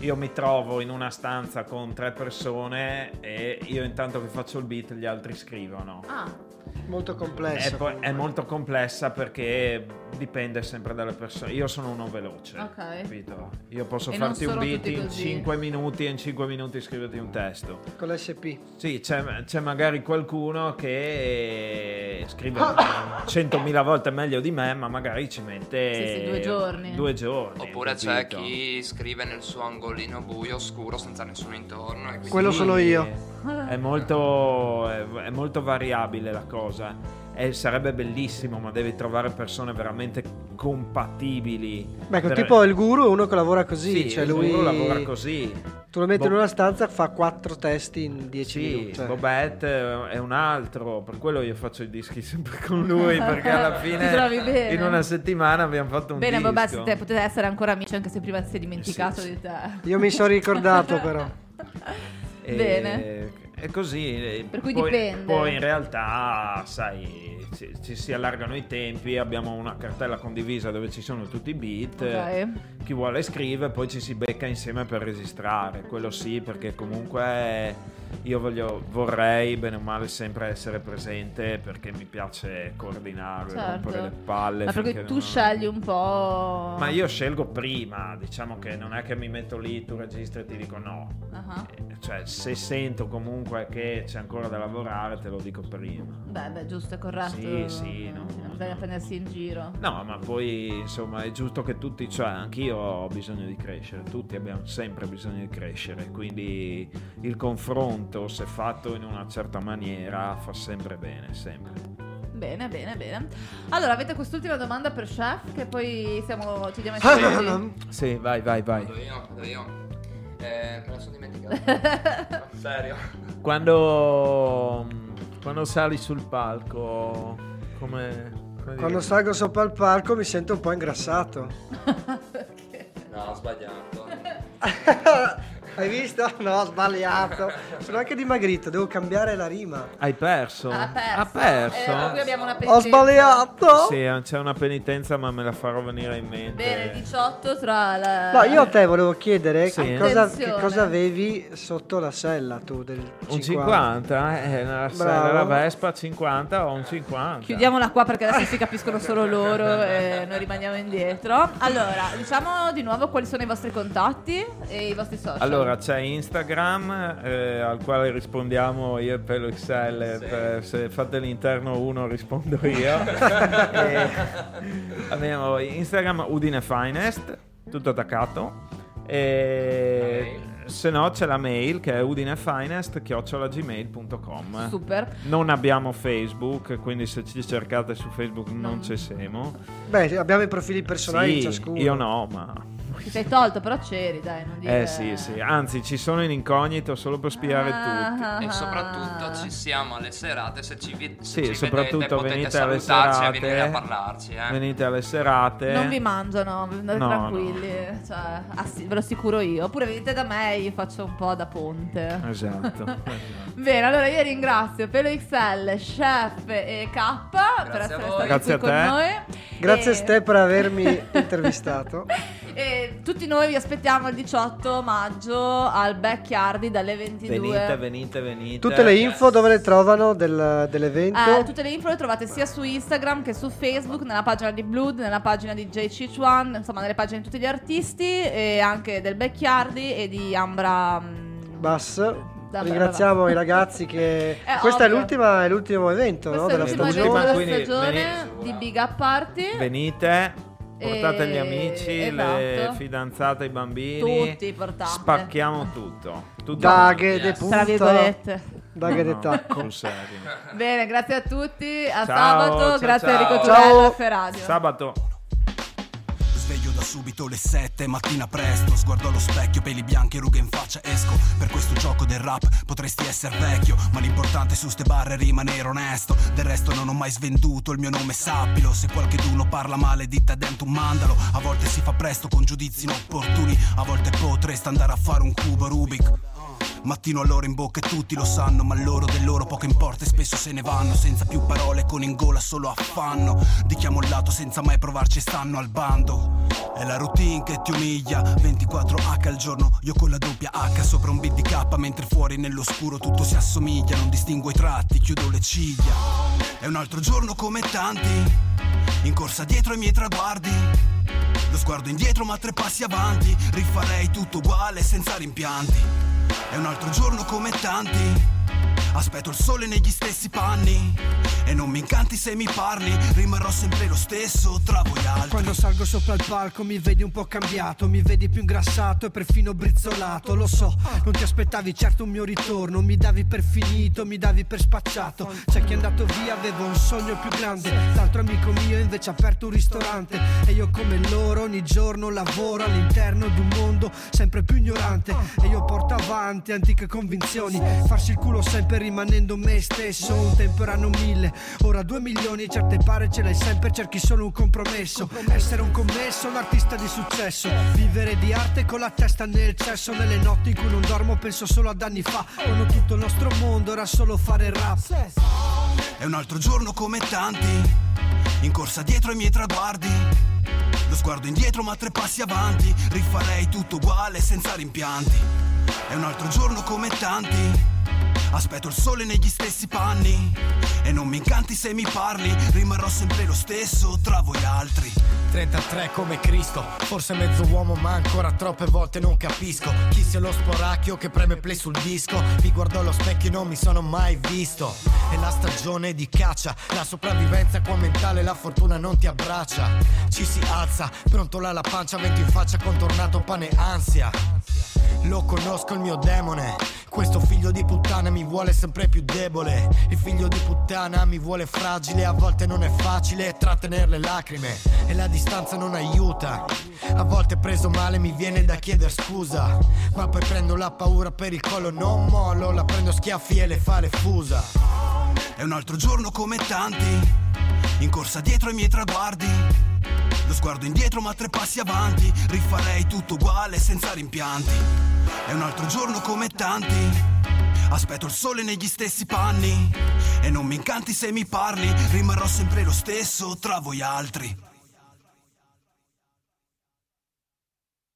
Speaker 4: io mi trovo in una stanza con tre persone e io intanto che faccio il beat gli altri scrivono.
Speaker 3: Ah,
Speaker 6: Molto
Speaker 4: È,
Speaker 6: complesso.
Speaker 4: poi- è molto complessa perché dipende sempre dalle persone. Io sono uno veloce,
Speaker 3: Ok.
Speaker 4: capito? Io posso
Speaker 3: E non
Speaker 4: farti un
Speaker 3: sono
Speaker 4: beat
Speaker 3: tutti
Speaker 4: in
Speaker 3: così.
Speaker 4: 5 minuti e in 5 minuti scriverti un testo.
Speaker 6: Con l'SP.
Speaker 4: Sì, c'è, c'è magari qualcuno che scrive 100.000 volte meglio di me, ma magari ci mette
Speaker 3: Sì, sì, due giorni.
Speaker 4: due giorni,
Speaker 7: Oppure c'è
Speaker 4: capito?
Speaker 7: chi scrive nel suo angolino buio, oscuro, senza nessuno intorno. E quindi...
Speaker 6: Quello sono io.
Speaker 4: È molto, è, è molto variabile la cosa. E sarebbe bellissimo, ma devi trovare persone veramente compatibili.
Speaker 6: Beh, ecco,
Speaker 4: Per-
Speaker 6: tipo il guru è uno che lavora così.
Speaker 4: Sì,
Speaker 6: cioè
Speaker 4: il
Speaker 6: lui
Speaker 4: guru lavora così. Boh.
Speaker 6: Tu lo metti in
Speaker 4: Bob-
Speaker 6: una stanza, fa quattro testi in dieci
Speaker 4: Sì,
Speaker 6: minuti.
Speaker 3: Certo.
Speaker 6: cioè.
Speaker 4: Bobette è un altro, per quello io faccio i dischi sempre con lui, perché alla
Speaker 3: Ti trovi
Speaker 4: fine
Speaker 3: bene.
Speaker 4: in una settimana abbiamo fatto un
Speaker 3: bene,
Speaker 4: disco.
Speaker 3: vabbè, siete- potete essere ancora amici anche se prima si è dimenticato di te.
Speaker 6: Io mi sono ricordato però.
Speaker 4: E-
Speaker 3: Bene.
Speaker 4: E così. e
Speaker 3: Per cui
Speaker 4: poi,
Speaker 3: dipende.
Speaker 4: Poi in realtà, sai, ci, ci si allargano i tempi, abbiamo una cartella condivisa dove ci sono tutti i beat.
Speaker 3: Ok.
Speaker 4: Chi vuole scrive, poi ci si becca insieme per registrare. Quello sì, perché comunque io voglio- vorrei bene o male sempre essere presente perché mi piace coordinare,
Speaker 3: Certo.
Speaker 4: rompere le palle.
Speaker 3: Ma perché
Speaker 4: finché
Speaker 3: tu
Speaker 4: non-
Speaker 3: scegli un po'...
Speaker 4: Ma io scelgo prima, diciamo che non è che mi metto lì, tu registri e ti dico no.
Speaker 3: Ah.
Speaker 4: Eh, cioè se sento comunque che c'è ancora da lavorare te lo dico prima
Speaker 3: Beh, beh, giusto, è corretto.
Speaker 4: Sì, sì, no,
Speaker 3: non
Speaker 4: no,
Speaker 3: bisogna
Speaker 4: no.
Speaker 3: prendersi in giro.
Speaker 4: No, ma poi insomma è giusto che tutti, cioè anch'io ho bisogno di crescere, tutti abbiamo sempre bisogno di crescere, quindi il confronto se fatto in una certa maniera fa sempre bene, sempre.
Speaker 3: Bene, bene, bene. Allora, avete quest'ultima domanda per Chef, che poi siamo, ci diamo i soldi.
Speaker 4: Sì, vai, vai, vai.
Speaker 7: Vado io, vado io. Eh, me la sono dimenticata. Serio.
Speaker 11: Quando, quando sali sul palco, come... come dire?
Speaker 6: Quando salgo sopra il palco mi sento un po' ingrassato.
Speaker 7: No, ho sbagliato.
Speaker 6: Hai visto? No, ho sbagliato. Sono anche dimagrito, devo cambiare la rima.
Speaker 4: Hai perso?
Speaker 3: Ha perso.
Speaker 4: Ha perso?
Speaker 3: Eh, qui abbiamo una
Speaker 6: Ho
Speaker 3: penitenza.
Speaker 6: sbagliato!
Speaker 4: Sì, c'è una penitenza ma me la farò venire in mente.
Speaker 3: Bene, il 18 tra la...
Speaker 6: No, io a te volevo chiedere
Speaker 4: Sì.
Speaker 6: che, cosa, che
Speaker 3: eh. Attenzione.
Speaker 6: cosa avevi sotto la sella tu del 50.
Speaker 4: Un 50? Eh, una sella, la
Speaker 6: Bravo.
Speaker 4: Vespa 50 o un 50?
Speaker 3: Chiudiamola qua perché adesso si capiscono solo loro e noi rimaniamo indietro. Allora, diciamo di nuovo quali sono i vostri contatti e i vostri social.
Speaker 4: Allora c'è Instagram eh, al quale rispondiamo io e Pelo XL, per- se fate l'interno uno rispondo io. E abbiamo Instagram Udine Finest, tutto attaccato. E se no c'è la mail che è udinefinest@gmail.com.
Speaker 3: Super.
Speaker 4: Non abbiamo Facebook, quindi se ci cercate su Facebook non ci siamo.
Speaker 6: Beh, abbiamo i profili personali di
Speaker 4: Sì,
Speaker 6: ciascuno.
Speaker 4: io no, ma
Speaker 3: Ti sei tolto, però c'eri, dai, non dire...
Speaker 4: eh sì, sì, anzi ci sono in incognito solo per spiare tutti.
Speaker 3: Ah.
Speaker 7: E soprattutto ci siamo alle serate, se ci, vi-
Speaker 4: Sì,
Speaker 7: se ci
Speaker 4: soprattutto
Speaker 7: vedete potete
Speaker 4: venite alle
Speaker 7: salutarci
Speaker 4: serate.
Speaker 7: e venire a parlarci. Eh.
Speaker 4: Venite alle serate.
Speaker 3: Non vi mangiano, andate
Speaker 4: No,
Speaker 3: tranquilli, cioè, assi- ve lo assicuro io. Oppure venite da me e io faccio un po' da ponte.
Speaker 4: Esatto.
Speaker 3: Bene, allora io ringrazio Pelo XL, Chef e K per
Speaker 7: a
Speaker 3: essere
Speaker 7: voi.
Speaker 3: stati
Speaker 4: Grazie
Speaker 3: qui con
Speaker 4: a te.
Speaker 3: noi.
Speaker 6: Grazie
Speaker 3: E-
Speaker 6: a Ste per avermi intervistato.
Speaker 3: E tutti noi vi aspettiamo il 18 maggio al Bacchiardi dalle 22.
Speaker 11: Venite, venite, venite.
Speaker 6: Tutte
Speaker 4: Eh,
Speaker 6: le info dove le trovano del- dell'evento?
Speaker 3: Eh, tutte le info le trovate sia su Instagram che su Facebook, nella pagina di Blood, nella pagina di J Chichuan, insomma nelle pagine di tutti gli artisti e anche del Becchiardi e di Ambra mm,
Speaker 6: Bus.
Speaker 3: Vabbè,
Speaker 6: Ringraziamo
Speaker 3: vabbè.
Speaker 6: i ragazzi che...
Speaker 3: È
Speaker 6: Questo è,
Speaker 3: ovvio.
Speaker 6: l'ultima, è l'ultimo evento
Speaker 3: Questo
Speaker 6: no,
Speaker 3: è
Speaker 6: della
Speaker 3: l'ultimo
Speaker 6: stagione.
Speaker 3: evento della
Speaker 4: Quindi
Speaker 3: stagione
Speaker 4: venite.
Speaker 3: di Big Up Party.
Speaker 4: Venite, portate
Speaker 3: Eh,
Speaker 4: gli amici, le
Speaker 3: esatto.
Speaker 4: fidanzate, i bambini.
Speaker 3: Tutti portate.
Speaker 4: Spacchiamo tutto. tutto
Speaker 6: Daghe de
Speaker 7: Yes.
Speaker 3: Tra
Speaker 6: punta,
Speaker 3: virgolette.
Speaker 6: daghe
Speaker 4: No,
Speaker 6: de
Speaker 4: no,
Speaker 6: tacco.
Speaker 4: sul serio.
Speaker 3: Bene, grazie a tutti, a
Speaker 4: Ciao,
Speaker 3: sabato,
Speaker 4: ciao,
Speaker 3: grazie a
Speaker 4: ciao.
Speaker 3: Enrico Turello
Speaker 6: Ciao.
Speaker 3: e Ferradio.
Speaker 4: Sabato.
Speaker 10: Sveglio da subito le sette, mattina presto Sguardo allo specchio, peli bianchi, rughe in faccia, esco Per questo gioco del rap potresti essere vecchio Ma l'importante su ste barre è rimanere onesto Del resto non ho mai svenduto il mio nome, sappilo Se qualcheduno parla male di te dentro un mandalo A volte si fa presto con giudizi inopportuni A volte potresti andare a fare un cubo Rubik Mattino all'ora in bocca e tutti lo sanno, ma loro del loro poco importa e spesso se ne vanno, senza più parole, con in gola solo affanno. Di chi ha mollato senza mai provarci stanno al bando. È la routine che ti umilia, 24H al giorno, io con la doppia H sopra un BDK, mentre fuori nell'oscuro tutto si assomiglia, non distingo i tratti, chiudo le ciglia. È un altro giorno come tanti, in corsa dietro ai miei traguardi. Lo sguardo indietro ma tre passi avanti Rifarei tutto uguale senza rimpianti È un altro giorno come tanti Aspetto il sole negli stessi panni E non mi incanti se mi parli Rimarrò sempre lo stesso tra voi altri
Speaker 12: Quando salgo sopra il palco mi vedi un po' cambiato, mi vedi più ingrassato e perfino brizzolato, lo so, non ti aspettavi certo un mio ritorno, mi davi per finito, mi davi per spacciato, c'è chi è andato via aveva un sogno più grande, l'altro amico mio invece ha aperto un ristorante e io come loro ogni giorno lavoro all'interno di un mondo sempre più ignorante e io porto avanti antiche convinzioni, farsi il culo sempre rimanendo me stesso, un tempo erano mille, ora due milioni, certe pare ce l'hai sempre, cerchi solo un compromesso, essere un commesso, un artista di successo, vivere di arte con la testa nel cesso, nelle notti in cui non dormo penso solo ad anni fa, ora tutto il nostro mondo era solo fare rap.
Speaker 10: È un altro giorno come tanti In corsa dietro ai miei traguardi Lo sguardo indietro ma tre passi avanti Rifarei tutto uguale senza rimpianti È un altro giorno come tanti Aspetto il sole negli stessi panni E non mi incanti se mi parli Rimarrò sempre lo stesso tra voi altri
Speaker 13: 33 come Cristo Forse mezzo uomo ma ancora troppe volte non capisco Chi sia lo sporacchio che preme play sul disco Mi guardò allo specchio e non mi sono mai visto È la stagione di caccia La sopravvivenza qua mentale la fortuna non ti abbraccia Ci si alza, prontola la pancia Vento in faccia contornato pane ansia lo conosco il mio demone Questo figlio di puttana mi vuole sempre più debole Il figlio di puttana mi vuole fragile A volte non è facile trattenere le lacrime E la distanza non aiuta A volte preso male mi viene da chiedere scusa Ma poi prendo la paura per il collo Non mollo, la prendo a schiaffi e le fa le fusa
Speaker 10: È un altro giorno come tanti In corsa dietro ai miei traguardi lo sguardo indietro ma tre passi avanti Rifarei tutto uguale senza rimpianti È un altro giorno come tanti Aspetto il sole negli stessi panni E non mi incanti se mi parli Rimarrò sempre lo stesso tra voi altri